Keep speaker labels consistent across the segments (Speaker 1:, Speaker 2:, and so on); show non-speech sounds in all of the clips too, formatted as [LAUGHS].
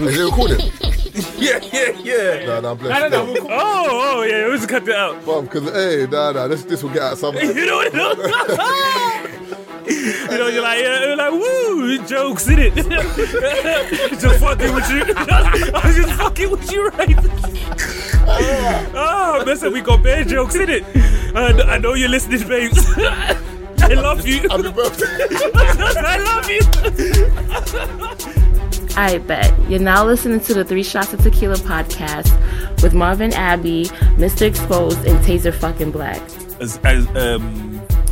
Speaker 1: Is it
Speaker 2: [LAUGHS]
Speaker 1: recording?
Speaker 2: Yeah, yeah, yeah.
Speaker 1: nah, nah, I'm blessed.
Speaker 2: I don't know.
Speaker 1: Nah,
Speaker 2: we'll call- Oh, oh, yeah. We'll just cut that out.
Speaker 1: because hey, nah, nah, this this will get
Speaker 2: [LAUGHS]
Speaker 1: out something.
Speaker 2: You know what? [LAUGHS] You know, you're like, yeah, you're like, woo, jokes in it. [LAUGHS] just fucking with you. [LAUGHS] I was just fucking with you, right? [LAUGHS] oh, listen, we got bad jokes in it. And I know you're listening, babes. [LAUGHS] I love you. [LAUGHS]
Speaker 1: Happy birthday.
Speaker 2: I love you.
Speaker 3: I bet. You're now listening to the Three Shots of Tequila podcast with Marvin Abbey, Mr. Exposed, and Taser fucking Black.
Speaker 4: as, as um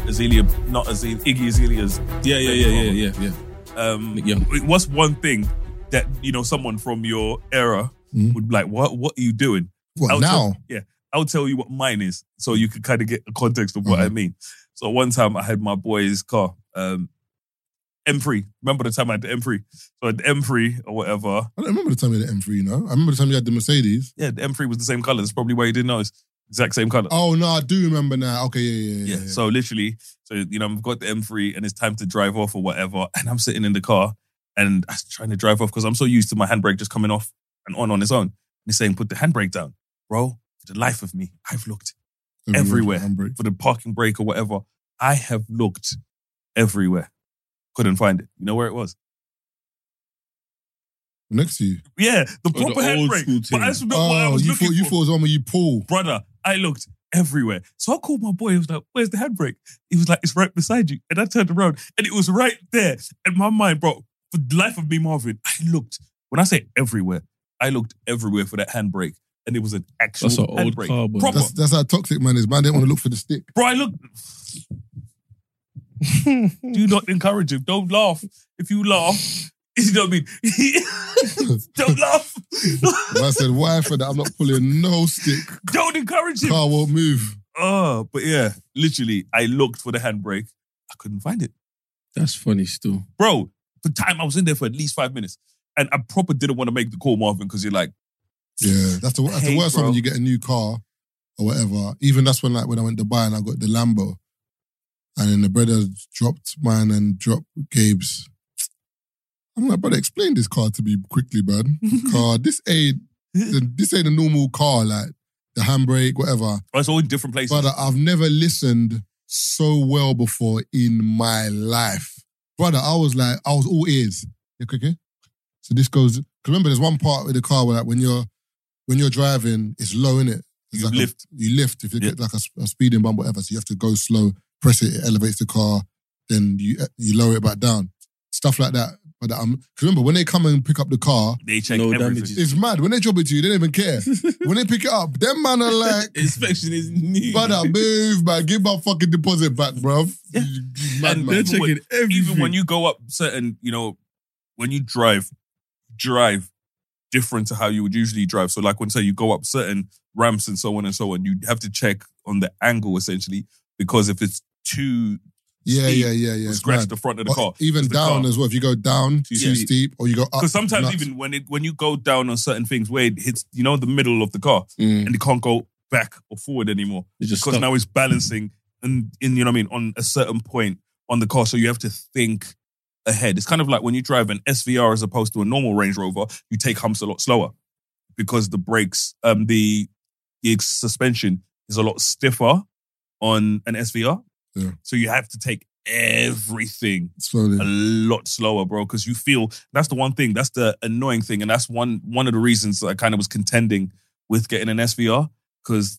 Speaker 4: Azealia, not Azealia, Iggy Azalea's.
Speaker 5: Yeah, yeah, yeah, yeah, yeah, yeah.
Speaker 4: Um,
Speaker 5: Young.
Speaker 4: what's one thing that you know someone from your era
Speaker 5: Mhm.
Speaker 4: would be like? What What are you doing?
Speaker 5: Well,
Speaker 4: I'll
Speaker 5: now,
Speaker 4: Tell, yeah, I'll tell you what mine is, so you can kind of get a context of what
Speaker 5: Mm-hmm.
Speaker 4: I mean. So one time I had my boy's car, um, M3. Remember the time I had the M3? So I had the M3 or whatever.
Speaker 5: I don't remember the time you had the M3. You know, I remember the time you had the Mercedes.
Speaker 4: Yeah, the M3 was the same color. That's probably why you didn't know it's exact same color.
Speaker 5: Oh no, I do remember now. Okay, yeah, yeah, yeah.
Speaker 4: yeah.
Speaker 5: yeah.
Speaker 4: So literally, so you know, I've got the M3 and it's time to drive off or whatever, and I'm sitting in the car and I'm trying to drive off because I'm so used to my handbrake just coming off and on on its own. And it's saying, "Put the handbrake down, bro." For the life of me, I've looked
Speaker 5: Everywhere.
Speaker 4: everywhere.
Speaker 5: Handbrake.
Speaker 4: for the parking brake or whatever. I have looked everywhere, couldn't find it. You know where it was?
Speaker 5: Next to you.
Speaker 4: Yeah, the
Speaker 6: the
Speaker 4: proper
Speaker 6: old school
Speaker 4: handbrake. But I
Speaker 6: thing.
Speaker 4: just remember what I
Speaker 5: Oh,
Speaker 4: was
Speaker 5: you
Speaker 4: looking
Speaker 5: thought you
Speaker 4: for.
Speaker 5: thought it was the one where you pull.
Speaker 4: brother, I looked everywhere. So I called my boy. He was like, "Where's the handbrake?" He was like, "It's right beside you." And I turned around, and it was right there. And my mind, bro, for the life of me, Marvin, I looked. When I say everywhere, I looked everywhere for that handbrake, and it was an actual
Speaker 6: That's an old
Speaker 4: handbrake.
Speaker 6: car, boy.
Speaker 4: Proper,
Speaker 5: That's that's how toxic man is. Man didn't want to look for the stick.
Speaker 4: bro. I
Speaker 6: [LAUGHS]
Speaker 4: looked. Do not encourage him. Don't laugh. If you laugh, [LAUGHS] you know what I mean. [LAUGHS] Don't laugh.
Speaker 5: I said, why for that? I'm not pulling no stick.
Speaker 4: Don't encourage him.
Speaker 5: Car won't move.
Speaker 4: Oh, but yeah, literally, I looked for the handbrake. I couldn't find it.
Speaker 6: That's funny still.
Speaker 4: Bro, the time I was in there for at least five minutes. And I proper didn't want to make the call, Marvin, because
Speaker 5: [LAUGHS]
Speaker 4: you're like,
Speaker 5: Yeah, that's the that's
Speaker 4: Hate,
Speaker 5: the worst
Speaker 4: bro.
Speaker 5: one when you get a new car or whatever. Even that's when like when I went to buy and I got the Lambo, and then the brother dropped mine and dropped Gabe's. I'm like, brother, explain this car to me quickly, man. car, this ain't this ain't a normal car. Like the handbrake, whatever.
Speaker 4: oh, it's all in different places.
Speaker 5: Brother, I've never listened so well before in my life. Brother, I was like, I was all ears. Yeah, okay. So this goes. 'cause remember, there's one part with the car where, like, when you're when you're driving, it's low in it.
Speaker 4: You
Speaker 5: like a-
Speaker 4: lift.
Speaker 5: you lift if you
Speaker 4: Yeah.
Speaker 5: get like a, s- a speeding bump, whatever. So you have to go slow, press it, it elevates the car, then you you lower it back down. Stuff like that. But I'm cause remember when they come and pick up the car,
Speaker 4: they check
Speaker 6: No
Speaker 4: everything.
Speaker 6: damages.
Speaker 5: it's mad. When they drop it to you, they don't even
Speaker 4: [LAUGHS]
Speaker 5: care. when they pick it up, them man are like.
Speaker 6: Inspection is
Speaker 4: [LAUGHS]
Speaker 6: new.
Speaker 5: Brother, move, man. Give my fucking deposit back, bruv.
Speaker 4: Yeah.
Speaker 5: You- you Mad,
Speaker 4: And
Speaker 5: man.
Speaker 6: They're
Speaker 4: Even when-
Speaker 6: checking everything.
Speaker 4: Even when you go up certain, you know, when you drive, drive different to how you would usually drive. So, like when say you go up certain ramps and so on and so on, you have to check on the angle essentially, because if it's too
Speaker 5: Yeah,
Speaker 4: Steve
Speaker 5: yeah, yeah, yeah. it's
Speaker 4: scratch
Speaker 5: mad.
Speaker 4: the front of the
Speaker 5: But
Speaker 4: car.
Speaker 5: Even
Speaker 4: It's the
Speaker 5: down
Speaker 4: car.
Speaker 5: as well. If you go down too
Speaker 4: Too steep.
Speaker 5: steep or you go up.
Speaker 4: Because sometimes
Speaker 5: Uh, nuts.
Speaker 4: even when it when you go down on certain things where it hits, you know, the middle of the car
Speaker 6: Mm,
Speaker 4: and you can't go back or forward anymore.
Speaker 6: it's just
Speaker 4: Because
Speaker 6: stuck.
Speaker 4: now it's balancing and in you know what I mean on a certain point on the car. So you have to think ahead. It's kind of like when you drive an SVR as opposed to a normal Range Rover, you take humps a lot slower because the brakes, um the the ex- suspension is a lot stiffer on an SVR.
Speaker 5: Yeah.
Speaker 4: So you have to take everything a
Speaker 5: Slowly.
Speaker 4: lot slower, bro, because you feel that's the one thing. That's the annoying thing, and that's one one of the reasons that I kind of was contending with getting an SVR because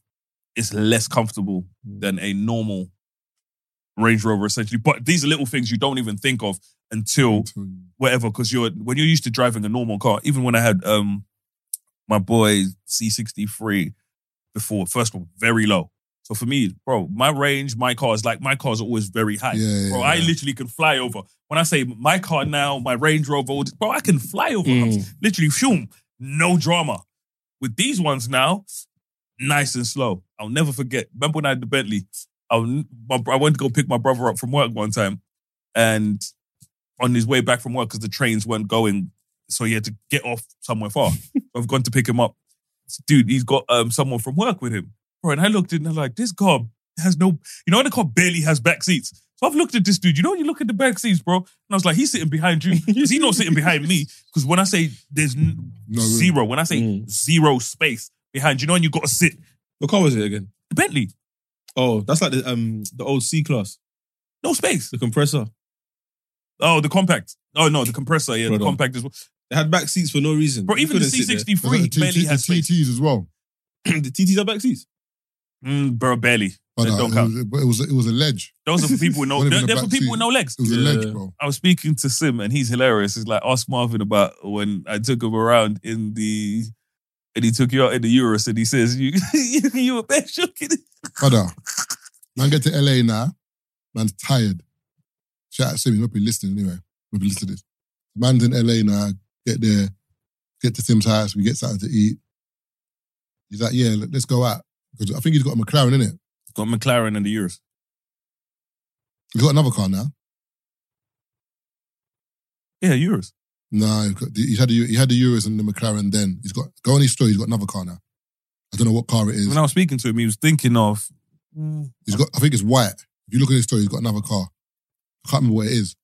Speaker 4: it's less comfortable than a normal Range Rover, essentially. But these are little things you don't even think of until whatever, because you're when you're used to driving a normal car. Even when I had um my boy C63 before, first one very low. So for me, bro, my range, my car is like my cars are always very high.
Speaker 5: Yeah, yeah,
Speaker 4: Bro,
Speaker 5: yeah.
Speaker 4: I literally can fly over. When I say my car now, my Range Rover, all this- bro, I can fly over.
Speaker 6: Mm.
Speaker 4: Literally, shoom, no drama. With these ones now, nice and slow. I'll never forget. Remember when I had the Bentley? I, was- my, bro- I went to go pick my brother up from work one time, and on his way back from work, because the trains weren't going, so he had to get off somewhere far. I've gone to pick him up. Dude, he's got um, someone from work with him. Bro, and I looked in and I'm like, this car has no, you know, the car barely has back seats. So I've looked at this dude. You know, when you look at the back seats, bro. And I was like, he's sitting behind you. Is he not sitting behind me? Because when I say there's n-
Speaker 5: No, really.
Speaker 4: zero, when I say
Speaker 6: Mm.
Speaker 4: zero space behind, you know, and you got to sit.
Speaker 6: What car was it again?
Speaker 4: Bentley,
Speaker 6: Oh, that's like the um the old C class,
Speaker 4: no space.
Speaker 6: the compressor.
Speaker 4: Oh, the compact. Oh no, the compressor. Yeah,
Speaker 6: Hold
Speaker 4: the
Speaker 6: on.
Speaker 4: compact as well.
Speaker 6: They had back seats for no reason.
Speaker 4: Bro,
Speaker 6: You
Speaker 4: even the
Speaker 6: couldn't sit there. [LAUGHS]
Speaker 5: Was that
Speaker 4: C63
Speaker 5: the
Speaker 4: barely
Speaker 5: TT
Speaker 4: has
Speaker 5: the
Speaker 4: space.
Speaker 5: TTs as well.
Speaker 6: [CLEARS THROAT] the TTs had back seats.
Speaker 4: Mm, bro, barely.
Speaker 5: But
Speaker 4: They
Speaker 5: uh,
Speaker 4: don't
Speaker 5: it,
Speaker 4: count.
Speaker 5: was, but it was it was a ledge.
Speaker 4: Those are for people
Speaker 6: [LAUGHS]
Speaker 4: with no.
Speaker 5: Not even
Speaker 4: They're,
Speaker 5: the
Speaker 4: they're for
Speaker 5: back
Speaker 4: people
Speaker 5: seat.
Speaker 4: with no legs.
Speaker 5: It was a
Speaker 6: Yeah.
Speaker 5: ledge, bro.
Speaker 4: I was speaking to Sim and he's hilarious. He's like, ask Marvin about when I took him around in the and he took you out in the Euros and he says you [LAUGHS] you were bare shook in it.
Speaker 5: Brother, man, get to LA now. Man's tired. Shout out to him. He'll not be listening anyway. He'll be listening to this. Man's in LA now. Get there. Get to Tim's house. We get something to eat. He's like, yeah, let- let's go out. Because I think he's got a McLaren in it.
Speaker 4: Got McLaren in the Euros.
Speaker 5: He's got another car now.
Speaker 4: Yeah, Euros.
Speaker 5: No, he's got- he's had the, he had the Euros and the McLaren. Then he's got go on his story. He's got another car now. I don't know what car it is.
Speaker 4: When I was speaking to him, he was thinking of mm,
Speaker 5: He's got. I think it's white. If you look at his story, he's got another car. I can't remember what it is.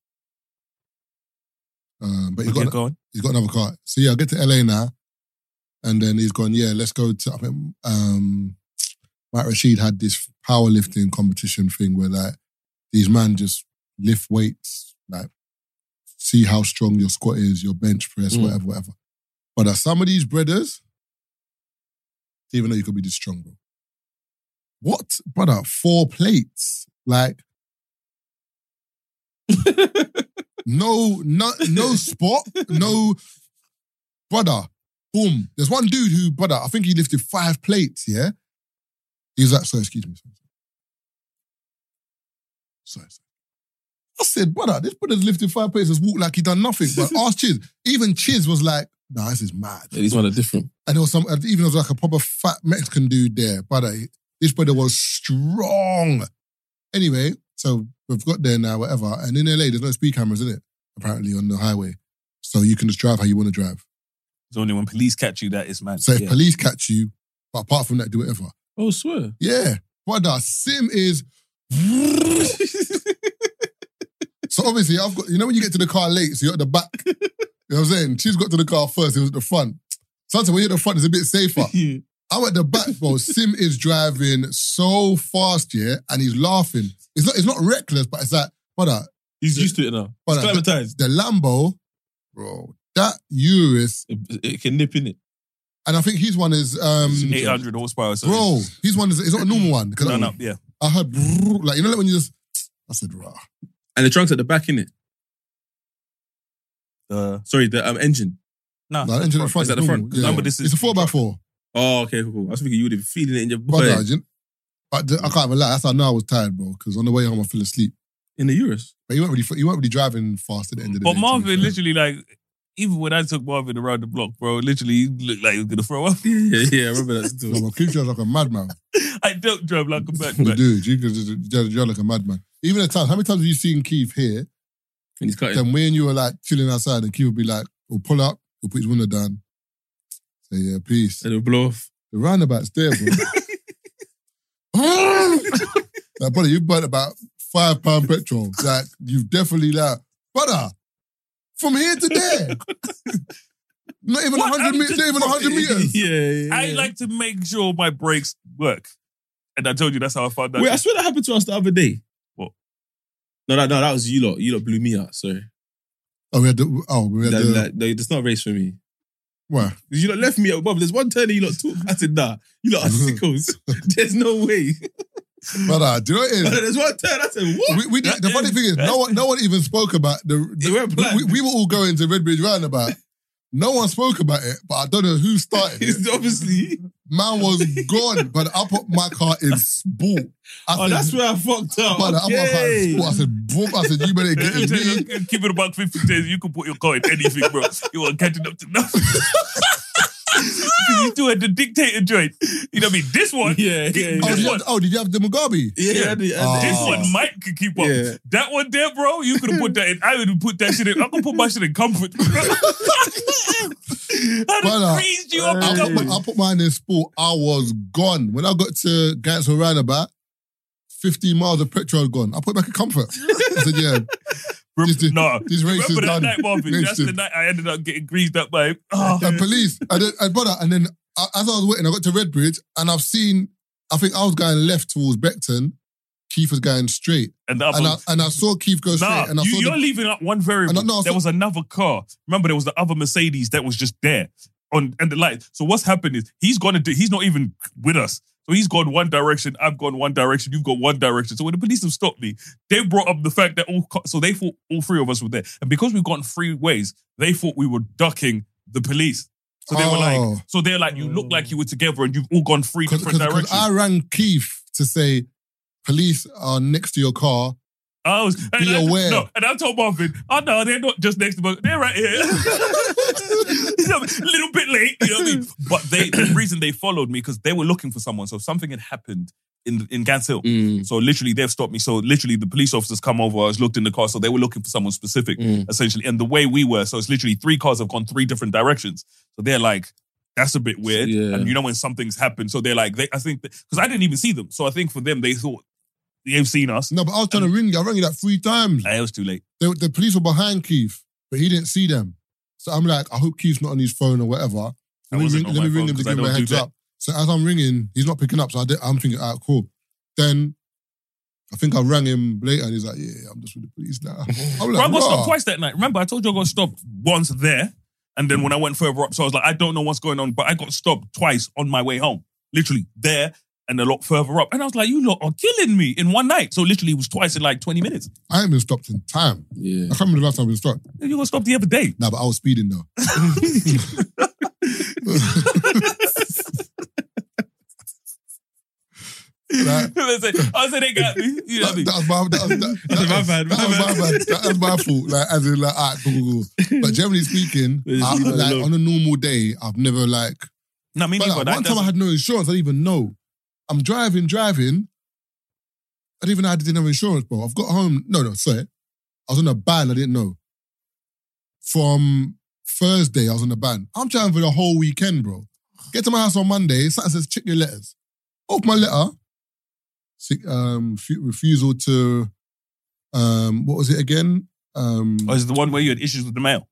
Speaker 5: Um, but he's
Speaker 4: Okay,
Speaker 5: got
Speaker 4: go on.
Speaker 5: he's got another car. So yeah, I get to LA now, and then he's gone. Yeah, let's go to. I think um, Mike Rashid had this powerlifting competition thing where like these man just lift weights, like see how strong your squat is, your bench press,
Speaker 6: Mm.
Speaker 5: whatever, whatever. But uh, some of these brothers, even though you could be this strong, bro. What, brother? Four plates, like. No, no, no spot, no brother. Boom. There's one dude who, brother, I think he lifted five plates. Yeah, he was like, "Sorry, excuse me, sorry, sorry." sorry, sorry. I said, brother, this brother's lifted five plates. Has walked like he done nothing. But ask Chiz. Even Chiz was like, "Nah, this is mad."
Speaker 6: Yeah, these ones are different.
Speaker 5: And there was some, even there was like a proper fat Mexican dude there. But I, this brother was strong. Anyway, so we've got there now, whatever. And in LA, there's no speed cameras, in it? Apparently on the highway. So you can just drive how you want to drive.
Speaker 4: It's only when police catch you that it's mad.
Speaker 5: So if
Speaker 4: Yeah.
Speaker 5: police catch you, but apart from that, do whatever.
Speaker 6: Oh, swear. [LAUGHS]
Speaker 5: Yeah. Brother, Sim is. so obviously, I've got, you know, when you get to the car late, so you're at the back. You know what I'm saying? She's got to the car first, it was at the front. Sometimes when you're at the front, it's a bit
Speaker 6: [LAUGHS]
Speaker 5: safer.
Speaker 6: Yeah.
Speaker 5: I'm at the back, bro. Sim is driving so fast, yeah, and he's laughing. It's not, it's not reckless, but it's like, brother,
Speaker 6: He's used to it [LAUGHS] now.
Speaker 5: But,
Speaker 6: He's
Speaker 5: uh,
Speaker 6: climatized.
Speaker 5: the Lambo, bro, that Urus,
Speaker 6: It, it can nip in it.
Speaker 5: and I think his one is, um,
Speaker 4: 800 horsepower. So
Speaker 5: bro, his one is, it's not a normal one. 'cause
Speaker 4: No,
Speaker 5: I,
Speaker 4: no, yeah.
Speaker 5: I heard, brrr, like, you know, like when you just, I said, rah.
Speaker 6: And the trunk's at the back, in it.
Speaker 4: Uh,
Speaker 6: Sorry, the um, engine.
Speaker 4: nah,
Speaker 5: No, engine in
Speaker 4: Ah, front.
Speaker 5: front.
Speaker 6: Is that the
Speaker 5: normal,
Speaker 6: front?
Speaker 5: Yeah.
Speaker 4: No, but this is-
Speaker 5: it's a 4x4.
Speaker 6: Oh, okay, cool, cool. I was thinking you would have feeling it in your
Speaker 5: Brother,
Speaker 6: butt
Speaker 5: do you- I, I can't even lie. That's how I know I was tired, bro, because on the way home, I fell asleep.
Speaker 6: in the Euros.
Speaker 5: But you weren't really, you weren't really driving fast at the end of the
Speaker 4: But
Speaker 5: day. to be fair.
Speaker 4: Marvin literally like even when I took Marvin around the block, bro, literally he looked like he was gonna throw up. [LAUGHS]
Speaker 6: Yeah, yeah, yeah. I remember
Speaker 5: [LAUGHS]
Speaker 6: that
Speaker 5: No,
Speaker 6: still.
Speaker 5: but Kim drives like a madman.
Speaker 4: I don't drive like a madman.
Speaker 5: Dude, you could just, you're, you're like a madman. Even at times, how many times have you seen Keith here?
Speaker 6: [LAUGHS] And he's cutting.
Speaker 5: Then when you were like chilling outside, and Keith would be like, "We'll pull up, we'll put his window down, say yeah, peace."
Speaker 6: [LAUGHS] And it'll blow off.
Speaker 5: The roundabout's there, bro. like, brother, you burnt about five pound petrol. Like, you've definitely like, brother, from here to there, not even
Speaker 4: What
Speaker 5: hundred meters, not even hundred meters.
Speaker 6: [LAUGHS] Yeah, [LAUGHS] yeah, yeah.
Speaker 4: I like to make sure my brakes work. And I told you that's how I found out.
Speaker 6: Wait, I swear that happened to us the other day.
Speaker 4: What?
Speaker 6: No, that, no, that was you lot. You lot blew me out. Sorry.
Speaker 5: Oh, we had the. Oh, we had
Speaker 6: That,
Speaker 5: the.
Speaker 6: that, no, it's not a race for me.
Speaker 5: Why?
Speaker 6: You lot left me at above. There's one turn and you lot took. I said, nah,
Speaker 5: [LAUGHS]
Speaker 6: you lot are sickos. [LAUGHS] There's no way. Oh,
Speaker 5: Brother, do you know what it is?
Speaker 6: [LAUGHS] There's one turn. I said, what?
Speaker 5: we, we did, the funny thing is, no one, no one even spoke about the.
Speaker 6: They weren't
Speaker 5: the-
Speaker 6: planned.
Speaker 5: we, we were all going to Redbridge Roundabout. No one spoke about it, but I don't know who started it.
Speaker 6: [LAUGHS] It's obviously.
Speaker 5: Man was gone, but I put my car in sport. I
Speaker 6: Oh, that's where I fucked up.
Speaker 5: brother, I put my car in
Speaker 6: Okay.
Speaker 5: sport. I said, boom. I said, you better get
Speaker 4: Let me tell
Speaker 5: in
Speaker 4: you,
Speaker 5: me.
Speaker 4: [LAUGHS] Keep it about 50 days. You can put your car in anything, bro. You are catching up to nothing. [LAUGHS] Because you two had the dictator joint. You know what I mean? This one,
Speaker 6: [LAUGHS] Yeah, yeah,
Speaker 4: Get-
Speaker 6: yeah.
Speaker 5: Oh,
Speaker 4: This
Speaker 5: did you
Speaker 4: one,
Speaker 5: have, oh, did you have the Mugabe?
Speaker 6: Yeah,
Speaker 4: Yeah.
Speaker 6: I did- I
Speaker 5: Oh.
Speaker 6: did.
Speaker 4: this [LAUGHS]
Speaker 5: Ah.
Speaker 4: one, Mike could keep up.
Speaker 5: [LAUGHS]
Speaker 6: Yeah. [LAUGHS]
Speaker 4: That one there, bro, you could have put that in. I would have put that shit in. I could put my shit in comfort. [LAUGHS] I'd
Speaker 5: Brother,
Speaker 4: have raised you up.
Speaker 5: I
Speaker 4: in
Speaker 5: put,
Speaker 4: comfort.
Speaker 5: my, I put mine in sport. I was gone. When I got to Gansel Roundabout, 15 miles of petrol gone. I put it back in comfort. I said, yeah,
Speaker 4: Rem-
Speaker 5: These-
Speaker 4: no.
Speaker 5: these races
Speaker 4: Remember that
Speaker 5: done.
Speaker 4: night, Marvin? That's the
Speaker 5: Wasted.
Speaker 4: night I ended up getting greased up by. Oh,
Speaker 5: and police. And then, and brother, and then uh, as I was waiting, I got to Redbridge and I've seen, I think I was going left towards Beckton. Keith was going straight.
Speaker 4: and the other.
Speaker 5: And I, and I saw Keith go straight.
Speaker 4: Nah,
Speaker 5: and I
Speaker 4: you,
Speaker 5: saw
Speaker 4: you're
Speaker 5: the,
Speaker 4: leaving out one
Speaker 5: And
Speaker 4: variable.
Speaker 5: I- no, I
Speaker 4: there
Speaker 5: saw-
Speaker 4: was another car. Remember, there was the other Mercedes that was just there on and the light. So what's happened is he's gonna do. He's not even with us. So he's gone one direction. I've gone one direction. You've gone one direction. So when the police have stopped me, they brought up the fact that all. co- So they thought all three of us were there, and because we've gone three ways, they thought we were ducking the police. So they were
Speaker 5: Oh.
Speaker 4: like, so they're like, you look like you were together, and you've all gone three
Speaker 5: Cause,
Speaker 4: different
Speaker 5: 'cause- 'cause
Speaker 4: directions.
Speaker 5: I rang Keith to say, police are next to your car.
Speaker 4: I was and I,
Speaker 5: aware.
Speaker 4: No, and I told Marvin, oh no, they're not just next to me. They're right here.
Speaker 5: [LAUGHS]
Speaker 4: You know, a little bit late, you know what
Speaker 5: [LAUGHS]
Speaker 4: I mean? But they the reason they followed me because they were looking for someone. So something had happened in in Gans Hill.
Speaker 7: Mm.
Speaker 4: So literally they've stopped me. So literally the police officers come over, I was looked in the car. So they were looking for someone specific,
Speaker 7: Mm.
Speaker 4: essentially. And the way we were, so it's literally three cars have gone three different directions. So they're like, that's a bit weird.
Speaker 7: Yeah.
Speaker 4: And you know when something's happened. So they're like, they I think because I didn't even see them. So I think for them they thought they've seen us.
Speaker 5: No, but I was trying to ring you. I rang you like three times.
Speaker 4: Nah, It was too late.
Speaker 5: The, the police were behind Keith, but he didn't see them. So I'm like, I hope Keith's not on his phone or whatever.
Speaker 4: I
Speaker 5: Let me
Speaker 4: wasn't
Speaker 5: ring,
Speaker 4: on
Speaker 5: let me
Speaker 4: my
Speaker 5: ring
Speaker 4: phone
Speaker 5: him to
Speaker 4: 'cause I
Speaker 5: give him a
Speaker 4: don't do
Speaker 5: heads
Speaker 4: that.
Speaker 5: up. So as I'm ringing, he's not picking up. So I did, I'm thinking, all right, cool. Then I think I rang him later and he's like, yeah, I'm just with the police now. [LAUGHS] I'm
Speaker 4: Bro, I
Speaker 5: like,
Speaker 4: got
Speaker 5: nah.
Speaker 4: stopped twice that night. Remember, I told you I got stopped once there, and then when I went further up, so I was like, I don't know what's going on, but I got stopped twice on my way home, literally there and a lot further up, and I was like, you lot are killing me in one night. So literally, it was twice in like twenty minutes.
Speaker 5: I ain't been stopped in time.
Speaker 7: Yeah.
Speaker 5: I can't remember the last time I've been stopped.
Speaker 4: And You got stopped the other day. [LAUGHS]
Speaker 5: Nah, but I was speeding
Speaker 6: [LAUGHS]
Speaker 5: though. Like,
Speaker 4: I said, I said they got me. You know what I
Speaker 5: That,
Speaker 4: mean?
Speaker 5: that was my that was, that, that,
Speaker 6: [LAUGHS] My
Speaker 5: was-
Speaker 6: bad, my
Speaker 5: that was my
Speaker 6: bad.
Speaker 5: bad. That was my fault. Like as in like, alright, cool, cool, cool. But generally
Speaker 6: [LAUGHS]
Speaker 5: speaking,
Speaker 6: It's
Speaker 5: I,
Speaker 6: not
Speaker 5: like
Speaker 6: enough.
Speaker 5: on a normal day, I've never like.
Speaker 4: No, me
Speaker 5: But
Speaker 4: neither.
Speaker 5: like,
Speaker 4: That
Speaker 5: one time I
Speaker 4: doesn't-
Speaker 5: had no insurance. I didn't even know. I'm driving, driving. I didn't even know I didn't have insurance, bro. I've got home. No, no, sorry. I was on a ban. I didn't know. From Thursday, I was on a ban. I'm driving for the whole weekend, bro. Get to my house on Monday. Satan says, check your letters. Open my letter. See, um, f- refusal to, um, what was it again? Um,
Speaker 4: Oh, is it the one where you had issues with the mail?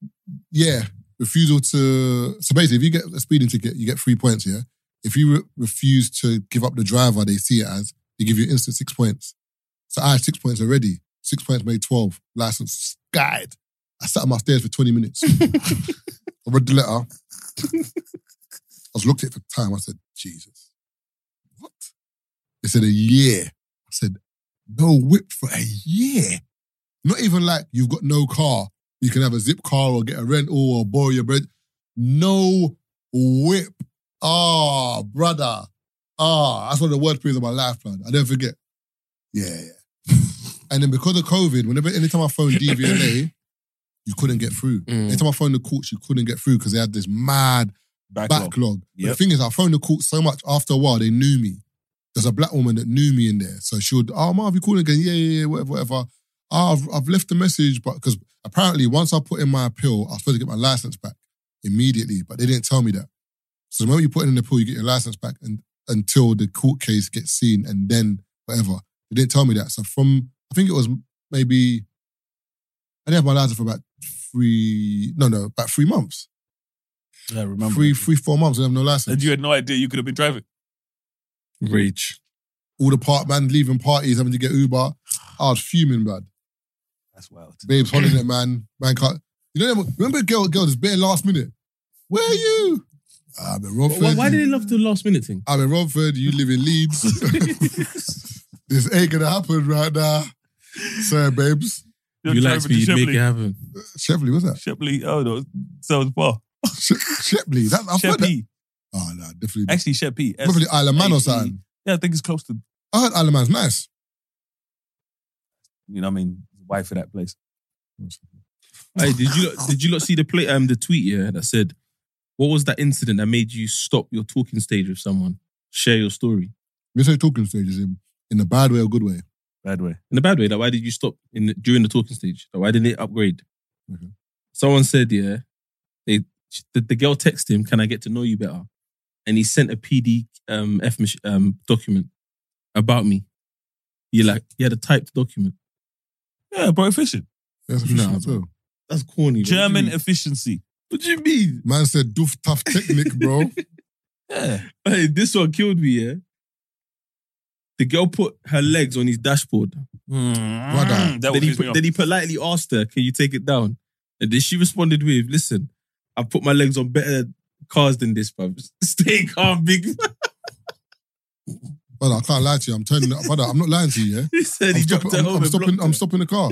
Speaker 5: yeah, refusal to. So basically, if you get a speeding ticket, you get three points. Yeah, if you re- refuse to give up the driver, they see it as they give you instant six points. So I had six points already. Six points made twelve. License skied. I sat on my stairs for twenty minutes. I read the letter. I was looked at for time. I said, Jesus, what? They said a year. I said, no whip for a year. Not even like you've got no car. You can have a zip car or get a rental or borrow your bread. No whip. Ah, brother. Ah, that's one of the worst periods of my life, man. I don't forget. Yeah, yeah. [LAUGHS] and then because of COVID, whenever anytime I phoned DVLA, you couldn't get through.
Speaker 7: Mm.
Speaker 5: Anytime I phoned the courts, you couldn't get through because they had this mad
Speaker 4: Backlog.
Speaker 5: backlog. But
Speaker 4: Yep.
Speaker 5: The thing is, I phoned the court so much after a while, they knew me. There's a black woman that knew me in there. So she would, oh, Marv, you calling again? Yeah, yeah, yeah, whatever, whatever. Oh, I've, I've left the message, but because apparently once I put in my appeal, I was supposed to get my license back immediately, but they didn't tell me that. So the moment you put in an appeal, you get your license back and, until the court case gets seen and then whatever. They didn't tell me that. So from, I think it was maybe, I didn't have my license for about three, no, no, about three months.
Speaker 6: I remember.
Speaker 5: Three, three, four months. I didn't have no license.
Speaker 4: And you had no idea you could have been driving.
Speaker 7: Rage.
Speaker 5: all the part man leaving parties, having to get Uber. I was fuming, man.
Speaker 4: That's wild.
Speaker 5: Babe's holding it, man. Man can't. You know, them- remember, girl, girl, just bare last minute. Where are you? Ah, I'm in Romford.
Speaker 6: Why, why did they love the last minute thing?
Speaker 5: I'm in Romford. Ah, You live in
Speaker 6: [LAUGHS]
Speaker 5: Leeds. this ain't gonna happen right now. Sorry, babes.
Speaker 4: You're
Speaker 6: you like
Speaker 4: driving to
Speaker 6: speed, make it
Speaker 4: Shepley.
Speaker 6: happen.
Speaker 5: Shepley, what's that?
Speaker 4: Shepley. Oh no, so it's far.
Speaker 5: She- Shepley. That, I've heard that.
Speaker 4: Shepley.
Speaker 5: Oh, no, definitely.
Speaker 4: Actually, Shepley.
Speaker 5: Probably Isle of Man or something.
Speaker 4: Yeah, I think it's close to
Speaker 5: I heard Isle of Man's nice.
Speaker 4: you know what I mean, wife for that place.
Speaker 6: Hey, did you lot- did you lot see the play um the tweet yeah that said, what was that incident that made you stop your talking stage with someone? Share your story
Speaker 5: We say talking stages in, in a bad way or good way.
Speaker 4: Bad way.
Speaker 6: in a bad way. Like why did you stop in during the talking stage? Like, why didn't it upgrade?
Speaker 4: Mm-hmm.
Speaker 6: Someone said yeah, they the, the girl texted him, "Can I get to know you better?" And he sent a PDF um, F mach- um document about me. You like you had a typed document.
Speaker 4: Yeah, bro, efficient.
Speaker 5: That's efficient
Speaker 6: Nah,
Speaker 5: as well.
Speaker 6: That's corny. bro.
Speaker 4: German
Speaker 6: What
Speaker 4: efficiency.
Speaker 6: do you mean? What do you mean?
Speaker 5: Man said, doof tough technique, bro.
Speaker 4: Yeah.
Speaker 6: Hey, this one killed me, yeah. The girl put her legs on his dashboard.
Speaker 4: Mm, that would
Speaker 6: then, Hmm, he,
Speaker 4: piss me
Speaker 6: put-
Speaker 4: off.
Speaker 6: then he politely asked her, Can you take it down? And then she responded with, Listen, I put my legs on better cars than this, bruv. [LAUGHS] Stay calm, big. man."
Speaker 5: But I can't lie to you. I'm turning up. Brother, I'm not lying to you,
Speaker 6: [LAUGHS]
Speaker 5: yeah?
Speaker 6: he said
Speaker 5: I'm
Speaker 6: he
Speaker 5: stopping,
Speaker 6: dropped her
Speaker 5: I'm,
Speaker 6: home
Speaker 5: I'm
Speaker 6: and
Speaker 5: stopping,
Speaker 6: blocked
Speaker 5: I'm
Speaker 6: her.
Speaker 5: stopping the
Speaker 6: [LAUGHS]
Speaker 5: car.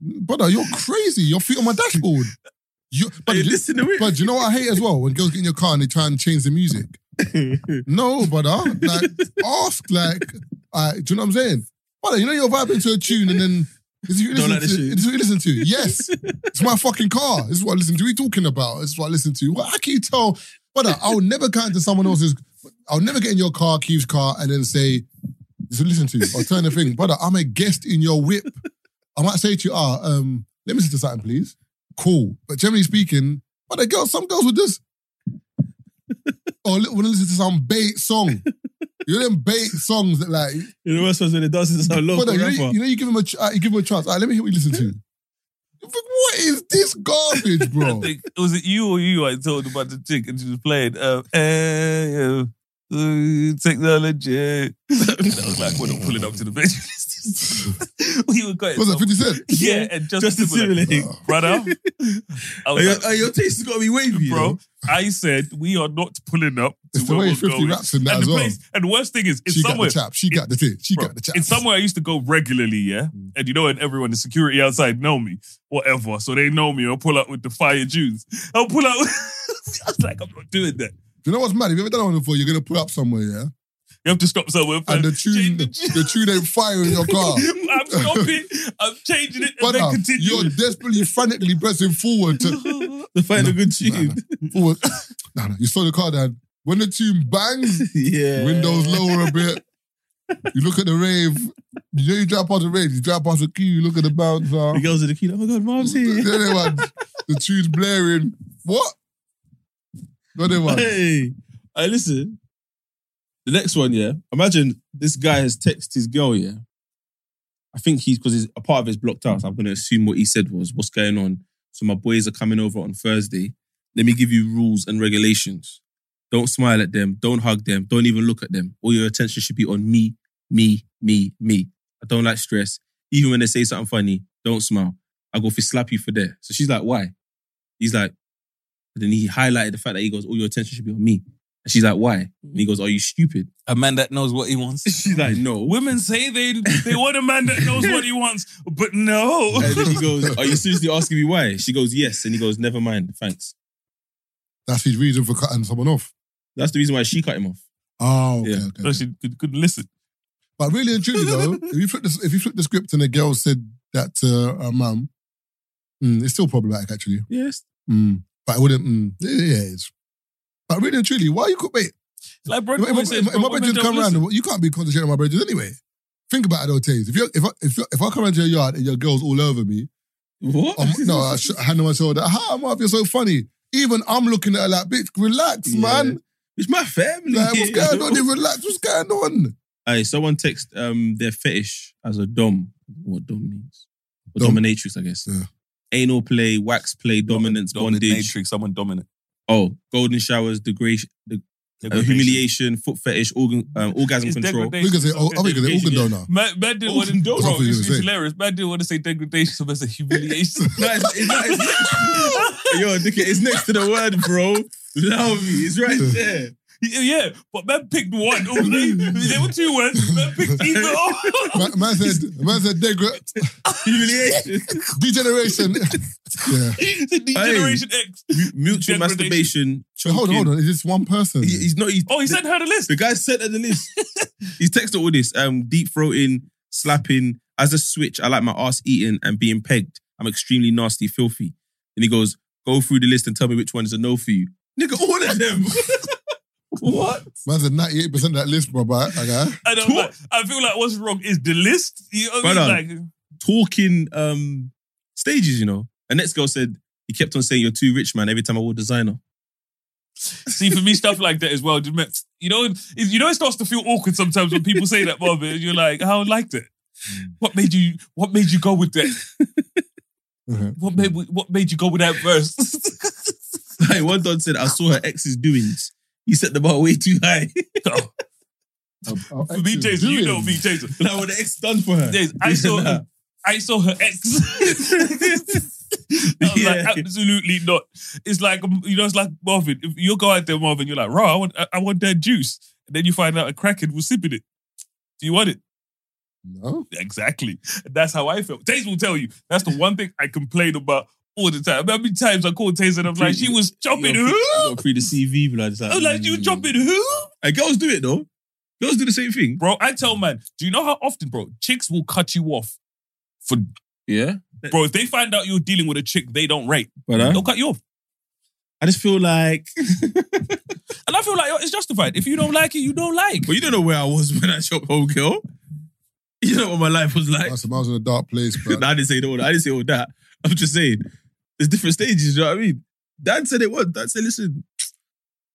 Speaker 5: brother, you're crazy. Your feet on my dashboard. You, but,
Speaker 6: Hey,
Speaker 5: you,
Speaker 6: listen to
Speaker 5: but you know what I hate as well? When girls get in your car and they try and change the
Speaker 6: [LAUGHS]
Speaker 5: music.
Speaker 6: it.
Speaker 5: No, brother. Like, ask, like, uh, do you know what I'm saying? Brother, you know you're vibing to a tune and then this is what you
Speaker 6: [LAUGHS] Don't
Speaker 5: listen
Speaker 6: like this
Speaker 5: to.
Speaker 6: tune.
Speaker 5: This is what you listen to. Yes. It's my fucking car. This is what I listen to. What are you talking about? This is what I listen to. Well, how can you tell? Brother, I'll never go into someone else's, I'll never get in your car, Keith's car, and then say, this is what I listen to or turn the thing. Brother, I'm a guest in your whip. I might say to you, ah, um, let me listen to something, please. Cool. But generally speaking, brother, girls, some girls would just, [LAUGHS] or li- when they listen to some bait song. You know them bait songs that like,
Speaker 6: You know what's when the dance is a local
Speaker 5: brother, you, know,
Speaker 6: rapper.
Speaker 5: you know you give him a ch- uh, you give him a chance. All right, let me hear what you listen to. You think, What is this garbage,
Speaker 4: I [LAUGHS]
Speaker 5: bro?
Speaker 4: think, was it you or you I told about the chick and she was playing um, eh, eh, eh,
Speaker 6: [LAUGHS]
Speaker 4: technology. that was like when I'm pulling up to the bench. [LAUGHS] we were going.
Speaker 5: Was that
Speaker 4: some-
Speaker 5: 50 Cent?
Speaker 4: yeah, and just,
Speaker 6: Justin Timberlake.
Speaker 5: [LAUGHS]
Speaker 4: brother. I,
Speaker 6: [LAUGHS] Hey,
Speaker 4: was
Speaker 6: Your,
Speaker 4: like,
Speaker 6: hey, your taste has got to be wavy,
Speaker 4: bro,
Speaker 6: bro.
Speaker 4: I said we are not pulling up. To
Speaker 5: It's the
Speaker 4: where
Speaker 5: way
Speaker 4: we're
Speaker 5: 50
Speaker 4: going.
Speaker 5: raps in that
Speaker 4: and
Speaker 5: as
Speaker 4: the
Speaker 5: well.
Speaker 4: place, and worst thing is, it's
Speaker 5: she
Speaker 4: somewhere.
Speaker 5: got the chap. She got the thing. She
Speaker 4: Bro,
Speaker 5: got the Mm. chap.
Speaker 4: It's somewhere I used to go regularly, yeah? And you know, and everyone, the security outside know me, whatever. So they know me. I'll pull out with the fire Jews. I'll pull out. [LAUGHS] I was like, I'm not doing that.
Speaker 5: You know what's mad? If you've ever done one before, you're gonna pull up somewhere, yeah?
Speaker 4: You have to stop somewhere.
Speaker 5: And
Speaker 4: first.
Speaker 5: the tune,
Speaker 4: Change
Speaker 5: the, the tune ain't fire in your
Speaker 4: [LAUGHS]
Speaker 5: car.
Speaker 4: I'm stopping. I'm changing it and
Speaker 5: Brother,
Speaker 4: then
Speaker 5: you're
Speaker 4: continuing.
Speaker 5: desperately, frantically pressing forward [LAUGHS] to
Speaker 6: To find a
Speaker 5: No,
Speaker 6: good tune.
Speaker 5: forward. [LAUGHS] no, no, you saw the car, Dad. When the tune bangs,
Speaker 6: [LAUGHS] yeah.
Speaker 5: windows lower a bit. You look at the rave. You know you drive past the rave. You drive past the queue. You look at the bouncer.
Speaker 6: The girls in the queue. Oh my
Speaker 5: [LAUGHS]
Speaker 6: god, mom's here.
Speaker 5: The other one, the tune's blaring. What? The other one.
Speaker 6: Hey, hey, listen. The next one, yeah. Imagine this guy has texted his girl, yeah. I think he's because he's a part of his blocked out. so I'm gonna assume what he said was, "What's going on?" So my boys are coming over on Thursday. Let me give you rules and regulations. Don't smile at them. Don't hug them. Don't even look at them. All your attention should be on me, me, me, me. I don't like stress. Even when they say something funny, don't smile. I go for slap you for there. So she's like, "Why?" He's like, and then he highlighted the fact that he goes, All your attention should be on me. And she's like, Why? And he goes, Are you stupid? [LAUGHS]
Speaker 4: a man that knows what he wants.
Speaker 6: She's like, No. [LAUGHS]
Speaker 4: Women say they they want a man that knows what he wants, but no.
Speaker 5: [LAUGHS]
Speaker 6: And then he goes, Are you seriously asking me why? She goes, Yes. And he goes, Never mind. Thanks.
Speaker 5: That's his reason for cutting someone off.
Speaker 6: That's the reason why she cut him off.
Speaker 5: Oh, okay,
Speaker 6: Yeah.
Speaker 5: okay,
Speaker 4: No,
Speaker 5: okay.
Speaker 4: she could, couldn't listen.
Speaker 5: But really and truly though, if you flip the, if you flip the script and a girl said that to her mum, mm, it's still problematic actually.
Speaker 6: Yes.
Speaker 5: Mm. But I wouldn't. Mm, yeah, yeah, it is. But really and truly, why you could wait?
Speaker 4: Like, bro,
Speaker 5: If, if,
Speaker 4: women
Speaker 5: if,
Speaker 4: say,
Speaker 5: if
Speaker 4: bro,
Speaker 5: my
Speaker 4: women
Speaker 5: bridges
Speaker 4: don't
Speaker 5: come
Speaker 4: listen.
Speaker 5: around, you can't be concentrating on my bridges anyway. Think about it though, Taze. If, you're, if, I, if, you're, if I come into your yard and your girl's all over
Speaker 4: [LAUGHS]
Speaker 5: me,
Speaker 6: What?
Speaker 5: I'm, Um,
Speaker 6: [LAUGHS]
Speaker 5: no, I sh- hand on my shoulder. Hi, Marv, you're so funny. Even I'm looking at her like, bitch, relax,
Speaker 6: Yeah.
Speaker 5: man.
Speaker 6: It's my family.
Speaker 5: Like, what's going
Speaker 4: [LAUGHS]
Speaker 5: on? You relax. What's going on?
Speaker 6: Aye, someone text um, their fetish as a dom. What dom means? Or
Speaker 5: Dom.
Speaker 6: dominatrix, I guess.
Speaker 5: Yeah.
Speaker 6: Anal play, wax play, dominance, bondage.
Speaker 4: Dominatrix, someone dominant.
Speaker 6: Oh, golden showers, degradation, deg- uh, humiliation, foot fetish, organ, um, orgasm
Speaker 4: It's
Speaker 6: control.
Speaker 5: We can say,
Speaker 4: degradation.
Speaker 5: oh, I think it's organ donor.
Speaker 4: Man, man didn't want to
Speaker 5: Organ
Speaker 4: bro,
Speaker 5: donor. That's what you
Speaker 4: it's,
Speaker 5: were
Speaker 4: it's
Speaker 5: saying.
Speaker 4: hilarious. Man didn't want to say degradation, so that's
Speaker 5: [LAUGHS]
Speaker 4: a humiliation.
Speaker 6: No, it's, it's, not- it's, yo, dickhead, it's next to the word, bro. Love me. It's right there.
Speaker 4: yeah, yeah, but man picked one. Oh, [LAUGHS] they, there were two words. Man [LAUGHS] picked either. or.
Speaker 5: Man, man said, man said, degra-
Speaker 6: Humiliation.
Speaker 4: [LAUGHS]
Speaker 5: degeneration. yeah.
Speaker 4: the D Generation X.
Speaker 6: Mutual
Speaker 4: Degradation.
Speaker 6: masturbation.
Speaker 5: But
Speaker 6: Choking.
Speaker 5: hold on, hold on. Is this one person?
Speaker 6: He- he's not. He's,
Speaker 4: Oh, he sent her the list.
Speaker 6: The guy sent her the list. he's texted all this. Um, deep throating, slapping. As a switch, I like my ass eaten and being pegged. I'm extremely nasty, filthy. And he goes, go through the list and tell me which one is a no for you. Nigga, all of them. what?
Speaker 5: Man said 98% of that list, bro. But, okay.
Speaker 4: And I'm like, I feel like what's wrong is the list. You know what I mean?
Speaker 6: talking um stages, you know. And next girl said he kept on saying you're too rich, man. Every time I wore designer, [LAUGHS]
Speaker 4: See, for me, stuff like that as well. You know, it- you know, it starts to feel awkward sometimes when people say that, Marvin. You're like, how liked it? What made you? What made you go with that?
Speaker 5: [LAUGHS]
Speaker 4: [LAUGHS]
Speaker 5: Mhm.
Speaker 4: What made? What made you go with that verse? [LAUGHS]
Speaker 6: Like one don said, I saw her ex's doings. You set the bar way too high. [LAUGHS]
Speaker 4: For me, Jason, you know me, Jason.
Speaker 6: like what the ex done for her.
Speaker 4: Yes,
Speaker 6: [LAUGHS]
Speaker 4: I saw- I saw her ex. [LAUGHS] I was
Speaker 6: [LAUGHS] Yeah.
Speaker 4: like, absolutely not. It's like um, you know, it's like Marvin. If you go out there, Marvin, you're like, raw. I want, I, I want that juice. And then you find out a crackhead was sipping it. Do you want it?
Speaker 5: No.
Speaker 4: Exactly. That's how I felt. Taze will tell you. That's the one thing I complain about all the time. How many times I called Taze and I'm like, she was chopping who?
Speaker 6: Got free the CV, blood. It's Like,
Speaker 4: I'm like, you
Speaker 6: mm.
Speaker 4: chopping who?
Speaker 6: And girls do it though. Girls do the same thing.
Speaker 4: Bro, I tell man, do you know how often, bro, chicks will cut you off for
Speaker 6: Yeah,
Speaker 4: bro, if they find out you're dealing with a chick they don't rate,
Speaker 6: but uh,
Speaker 4: they'll cut you off.
Speaker 6: I just feel like. [LAUGHS]
Speaker 4: And I feel like yo, it's justified. If you don't like it, you don't like.
Speaker 6: But you don't know where I was [LAUGHS] when I shot home girl. You know what my life was like.
Speaker 5: That's I was in a dark place, bro.
Speaker 6: I didn't say all that. I didn't say all that. I'm just saying, there's different stages. You know what I mean? Dad said it once. Dad said, "Listen,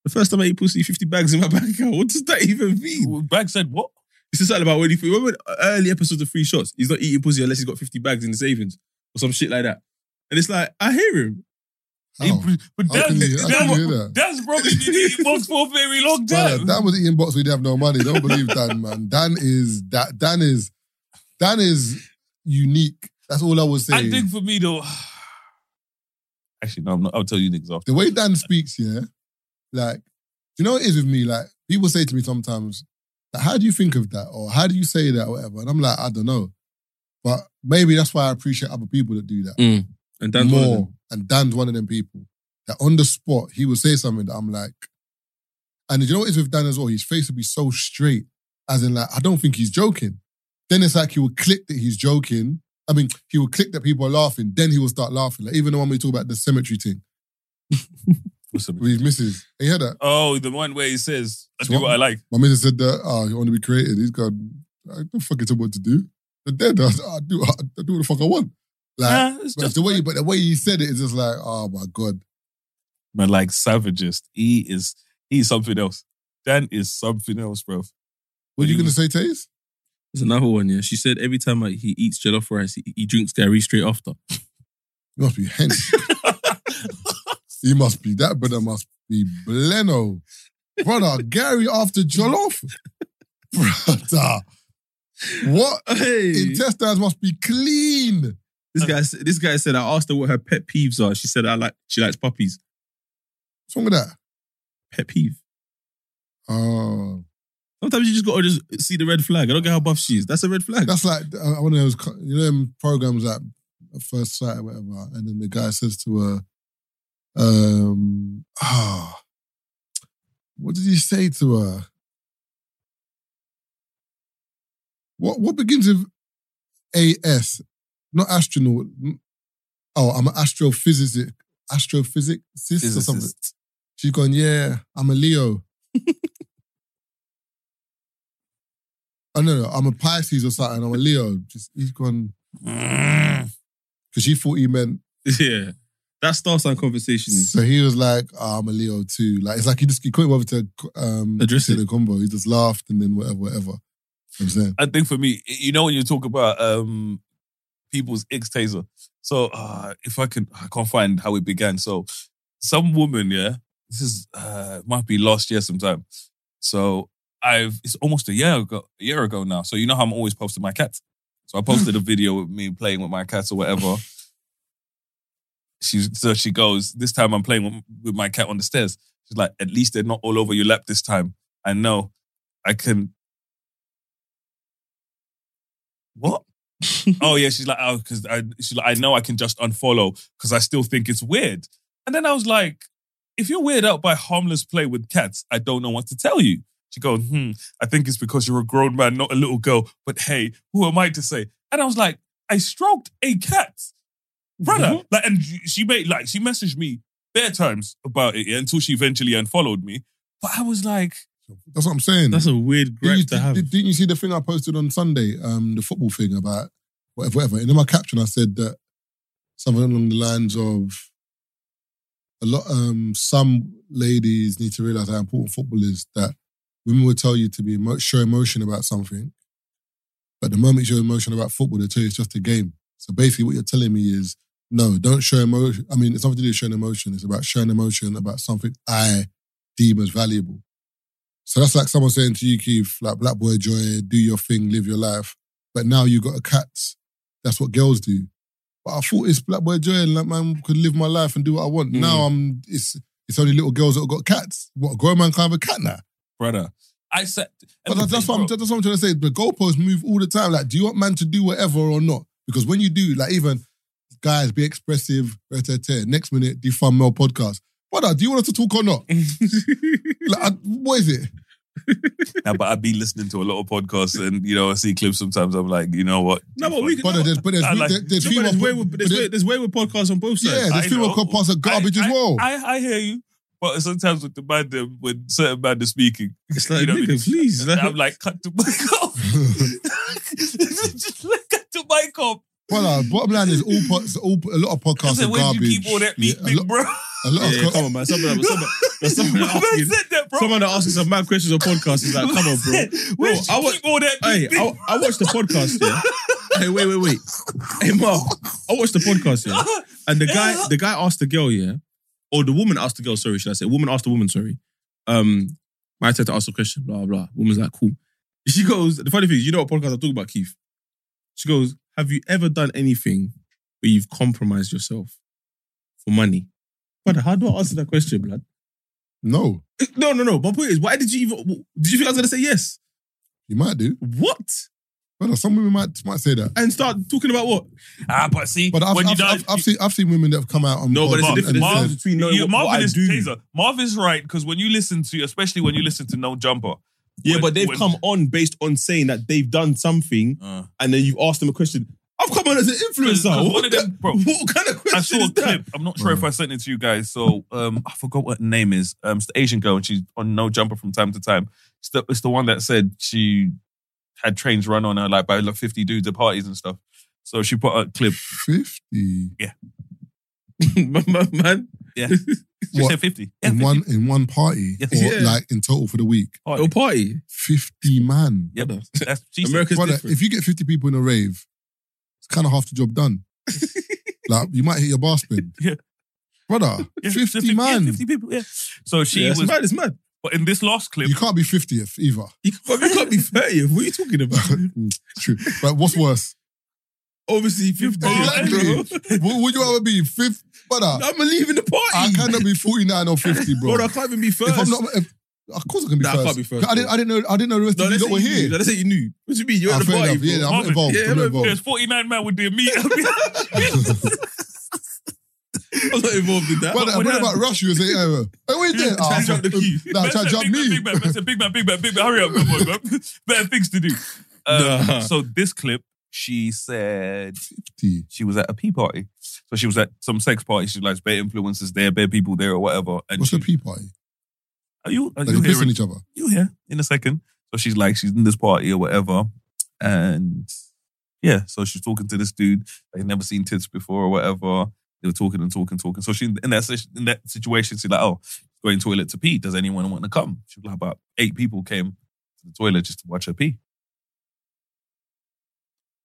Speaker 6: the first time I ate pussy, 50 bags in my [LAUGHS] bank account. What does that even mean?"
Speaker 4: Bag said what?
Speaker 6: It's just something about when he remember early episodes of Free Shots. He's not eating pussy unless he's got 50 bags in the savings or some shit like that. And it's like I hear him.
Speaker 5: How? Oh. How
Speaker 4: He- but
Speaker 5: can uh,
Speaker 4: that's,
Speaker 5: you, how can you
Speaker 4: that's,
Speaker 5: hear that?
Speaker 4: that's probably been eating box for a very long
Speaker 5: Brother,
Speaker 4: time.
Speaker 5: Dan was eating box. We didn't have no money. Don't believe Dan, man. Dan is that. Dan is Dan is unique. That's all I would say.
Speaker 4: I think for me though, [SIGHS] actually no, I'm not. I'll tell you niggas after.
Speaker 5: the way Dan speaks, yeah, like, you know what it is with me? Like, people say to me sometimes, like, how do you think of that? Or how do you say that? Or whatever. And I'm like, I don't know. But maybe that's why I appreciate other people that do that
Speaker 6: And Dan's one of
Speaker 5: more.
Speaker 6: them.
Speaker 5: And Dan's one of them people that on the spot, he will say something that I'm like, and you know what it is with Dan as well? His face will be so straight, as in, like, I don't think he's joking. Then it's like he will click that he's joking. I mean, he will click that people are laughing. Then he will start laughing. Like, even the one we talk about the cemetery thing with his missus. You hear that?
Speaker 4: Oh, the one where he says, "I
Speaker 5: So
Speaker 4: do
Speaker 5: what-
Speaker 4: what I like."
Speaker 5: My missus said that, oh, you want to be creative? He's gone, I don't fucking tell what to do. They're dead. [LAUGHS] I, was like, I do, I, do what the fuck I want. Like,
Speaker 4: Nah, it's
Speaker 5: but,
Speaker 4: just
Speaker 5: the way, but the way he said it is just like, oh my God.
Speaker 4: man, like savagest. He is he's something else. Dan is something else, bro.
Speaker 5: What are you
Speaker 4: What
Speaker 5: going to say,
Speaker 4: do
Speaker 5: Taze?
Speaker 6: There's another one. Yeah, she said every time like, he eats jollof rice, he, he drinks Gary straight after.
Speaker 5: You must be hench. you must be that brother must be Bleno. Brother, Gary after Jollof. Brother. What?
Speaker 6: Hey,
Speaker 5: Intestines must be clean.
Speaker 6: this guy. s- This guy said I asked her what her pet peeves are. She said I like she likes puppies.
Speaker 5: What's wrong with that?
Speaker 6: Pet peeve.
Speaker 5: Oh.
Speaker 6: Sometimes you just gotta just see the red flag. I don't care how buff she is. That's a red flag.
Speaker 5: [LAUGHS] That's like uh, one of those, co- you know, them programs like at first sight or whatever. And then the guy says to her, um, ah, what did he say to her? What what begins with AS? Not astronaut. n- Oh, I'm an astrophysic, astrophysicist or something.
Speaker 4: Physicist.
Speaker 5: She's gone, yeah, I'm a Leo. oh, no, no, I'm a Pisces or something. I'm a Leo. Just, he's gone, because she thought he meant,
Speaker 6: [LAUGHS] yeah, that star sign conversation is
Speaker 5: so he was like, oh, I'm a Leo too. Like, it's like he just, he couldn't bother to um,
Speaker 6: Address
Speaker 5: say
Speaker 6: it.
Speaker 5: the combo. He just laughed and then whatever, whatever. You know what I'm saying?
Speaker 4: I think for me, you know when you talk about um people's ex taser. So uh if I can I can't find how it began. So some woman, yeah, this is uh might be last year sometime. So I've it's almost a year ago a year ago now. So you know how I'm always posting my cats. So I posted a video with me playing with my cats or whatever. She so she goes, this time I'm playing with, with my cat on the stairs. She's like, at least they're not all over your lap this time. I know I can
Speaker 5: [LAUGHS]
Speaker 4: what? oh yeah, she's like, oh, because I she's like, I know I can just unfollow because I still think it's weird. And then I was like, if you're weird out by harmless play with cats, I don't know what to tell you. She goes, hmm, I think it's because you're a grown man, not a little girl. But hey, who am I to say? And I was like, I stroked a cat. Brother. Like, and she made like she messaged me bare times about it yeah, until she eventually unfollowed me. But I was like,
Speaker 5: That's what I'm saying.
Speaker 6: that's a weird
Speaker 5: Didn't
Speaker 6: gripe
Speaker 5: you,
Speaker 6: to have. [LAUGHS]
Speaker 5: did- didn't you see the thing I posted on Sunday, um, the football thing about whatever, whatever? And in my caption, I said that something along the lines of a lot, um, some ladies need to realize how important football is. That women will tell you to be emo- show emotion about something, but the moment you show emotion about football, they tell you it's just a game. So basically, what you're telling me is no, don't show emotion. I mean, it's nothing to do with showing emotion. It's about showing emotion about something I deem as valuable. So that's like someone saying to you, Keith, like Black Boy Joy, do your thing, live your life. But now you got a cat. That's what girls do. But I thought it's Black Boy Joy and like man could live my life and do what I want. Now
Speaker 6: Mm.
Speaker 5: I'm it's it's only little girls that have got cats. What a grown man can't have a cat now.
Speaker 4: brother. I said,
Speaker 5: But that's, that's what I'm, that's what I'm trying to say. The goalposts move all the time. Like, do you want man to do whatever or not? Because when you do, like, even guys be expressive, rah-tah-tah. next minute, defund male podcast. Brother, do you want us to talk or not? like, I, what is it?
Speaker 4: Nah, but I've been listening to a lot of podcasts, and you know, I see clips sometimes. I'm like, you know what?
Speaker 6: No, but we can.
Speaker 5: Brother,
Speaker 6: no,
Speaker 5: there's, but there's,
Speaker 4: I like-
Speaker 5: there- there's
Speaker 6: but
Speaker 5: female,
Speaker 6: there's way with-
Speaker 5: but
Speaker 6: there's
Speaker 5: there-
Speaker 6: way- there's way with podcasts on both sides.
Speaker 5: yeah, there's
Speaker 4: I
Speaker 5: female
Speaker 4: know.
Speaker 5: podcasts are garbage
Speaker 4: I,
Speaker 5: as well. [LAUGHS]
Speaker 4: I, I, I hear you, but sometimes with the man, that- when certain man is speaking,
Speaker 6: It's like,
Speaker 4: You know what I
Speaker 6: nigga,
Speaker 4: mean?
Speaker 6: please. like-
Speaker 4: I'm like, cut the [LAUGHS] mic off. Just like, cut the mic off.
Speaker 5: Brother, uh, bottom line is all, pods, all a lot of podcasts
Speaker 4: Listen,
Speaker 5: are
Speaker 4: when
Speaker 5: garbage.
Speaker 4: you people that
Speaker 5: Yeah,
Speaker 4: meet
Speaker 5: a
Speaker 4: me,
Speaker 5: lot,
Speaker 4: bro. [LAUGHS]
Speaker 5: a lot
Speaker 6: yeah,
Speaker 5: of co-
Speaker 6: come on, man. Someone, someone, [LAUGHS] someone,
Speaker 4: Who
Speaker 6: asking,
Speaker 4: said that, bro?
Speaker 6: someone that asks some mad questions on podcasts is
Speaker 4: [LAUGHS]
Speaker 6: like, come on, bro.
Speaker 4: When
Speaker 6: Bro, I
Speaker 4: you
Speaker 6: wa-
Speaker 4: people that
Speaker 6: Hey,
Speaker 4: meet me,
Speaker 6: I, I watched the podcast. Yeah. hey, wait, wait, wait. Hey, Mark, I watched the podcast. Yeah, and the guy, the guy asked the girl. Yeah, or the woman asked the girl. Sorry, should I say? Woman asked the woman. Sorry. Um, my turn to ask a question. Blah blah. Woman's like, cool. She goes. The funny thing is, you know what podcast I talk about, Keith. She goes, "Have you ever done anything where you've compromised yourself for money?" Brother, how do I answer that question, blood? [LAUGHS]
Speaker 5: No,
Speaker 6: No, no, no. My point is, why did you even? Did you think I was gonna say yes?
Speaker 5: you might do.
Speaker 6: What?
Speaker 5: Brother, some women might might say that.
Speaker 6: And start talking about what?
Speaker 4: [LAUGHS] ah, but see,
Speaker 5: But I've,
Speaker 4: when you
Speaker 5: I've,
Speaker 4: don't,
Speaker 5: I've, I've seen I've seen women that have come out on
Speaker 6: No, but it's a
Speaker 5: on-
Speaker 6: different.
Speaker 5: and
Speaker 6: There's a
Speaker 5: said-
Speaker 6: difference between knowing
Speaker 4: you,
Speaker 6: what,
Speaker 4: Marvin
Speaker 6: what I
Speaker 4: is
Speaker 6: do.
Speaker 4: Taser. Marv is right because when you listen to, especially when you listen to No Jumper,
Speaker 6: Yeah,
Speaker 4: When-
Speaker 6: but they've
Speaker 4: when-
Speaker 6: come on based on saying that they've done something, and then you've asked them a question. I've come on as an
Speaker 4: Cause-
Speaker 6: influencer.
Speaker 4: 'cause
Speaker 6: What,
Speaker 4: one of them-
Speaker 6: the-
Speaker 4: bro,
Speaker 6: what kind of question
Speaker 4: I saw
Speaker 6: is
Speaker 4: a clip.
Speaker 6: that?
Speaker 4: I'm not sure if
Speaker 5: Mm.
Speaker 4: I sent it to you guys. So um, I forgot what her name is. Um, it's the Asian girl, and she's on No Jumper from time to time. It's the, it's the one that said she had trains run on her like by like 50 dudes at parties and stuff. So she put a clip.
Speaker 5: Fifty
Speaker 6: [LAUGHS] man, man, man.
Speaker 4: She
Speaker 5: What?
Speaker 4: said 50. Yeah,
Speaker 5: in
Speaker 4: 50.
Speaker 5: one in one party,
Speaker 4: Yeah.
Speaker 5: or
Speaker 6: Yeah.
Speaker 5: like in total for the week,
Speaker 4: Party.
Speaker 6: Your party.
Speaker 5: fifty man.
Speaker 4: Yep. Oh, That's, she said-
Speaker 6: America's
Speaker 5: Brother,
Speaker 6: different.
Speaker 5: if you get fifty people in a rave, it's kind of half the job
Speaker 4: [LAUGHS]
Speaker 5: done. like you might hit your bar spin.
Speaker 4: Yeah.
Speaker 5: Brother,
Speaker 4: yeah,
Speaker 5: fifty
Speaker 4: yeah,
Speaker 5: man.
Speaker 4: 50 people. Yeah. So she
Speaker 6: yeah, it's
Speaker 4: was.
Speaker 6: mad. It's mad.
Speaker 4: But in this last clip,
Speaker 5: You can't be fiftieth either.
Speaker 6: You can't, you
Speaker 4: [LAUGHS]
Speaker 6: can't be thirtieth. What are you talking about?
Speaker 5: Mm, True, but what's worse?
Speaker 6: Obviously, fifty.
Speaker 5: Exactly.
Speaker 6: Bro.
Speaker 5: What would you rather be fifth? Brother,
Speaker 6: [LAUGHS] I'm leaving the party.
Speaker 5: I cannot
Speaker 6: [LAUGHS]
Speaker 5: be forty nine or fifty, bro.
Speaker 6: Bro, I can't even be first.
Speaker 5: if I'm not, if, of course I can be
Speaker 6: Nah, I
Speaker 5: first.
Speaker 6: can't be first,
Speaker 5: I didn't, I didn't know. I didn't know the rest
Speaker 6: no,
Speaker 5: of you
Speaker 6: let's
Speaker 5: that were
Speaker 6: say you knew.
Speaker 5: here.
Speaker 6: No, let's say you knew. What do you mean? You're
Speaker 5: Ah,
Speaker 6: at the
Speaker 5: fair
Speaker 6: party.
Speaker 5: enough. Yeah,
Speaker 6: bro.
Speaker 5: I'm not
Speaker 4: Marvin,
Speaker 5: involved.
Speaker 6: yeah,
Speaker 5: I'm not
Speaker 6: look,
Speaker 5: involved.
Speaker 4: there's 49 men with the meet.
Speaker 5: [LAUGHS]
Speaker 6: I'm not involved in that.
Speaker 5: But
Speaker 4: But
Speaker 5: I
Speaker 4: when
Speaker 5: read
Speaker 4: I-
Speaker 5: about Rush, you was saying, hey, hey, what you Ah, did?
Speaker 6: Try to jump the queue.
Speaker 5: Nah, try to jump
Speaker 4: big man,
Speaker 5: me.
Speaker 4: Big man, big man, It's a big man, big man, big man. Hurry up, come on, man. [LAUGHS] Better things to do. Um,
Speaker 6: Nah.
Speaker 4: So this clip, she said
Speaker 5: T.
Speaker 4: she was at a pee party. So she was at some sex party. She likes bare influencers there, bare people there, or whatever. And
Speaker 5: What's
Speaker 4: she,
Speaker 5: the pee party?
Speaker 4: Are you? Are
Speaker 5: Like
Speaker 4: you
Speaker 5: they're
Speaker 4: hearing?
Speaker 5: pissing each other.
Speaker 4: you here in a second. So she's like, she's in this party or whatever. And yeah, so she's talking to this dude. They've never seen tits before or whatever. They were talking and talking, talking. So she in that si- in that situation, she's like, oh, going toilet to pee. Does anyone want to come? She was like, about eight people came to the toilet just to watch her pee.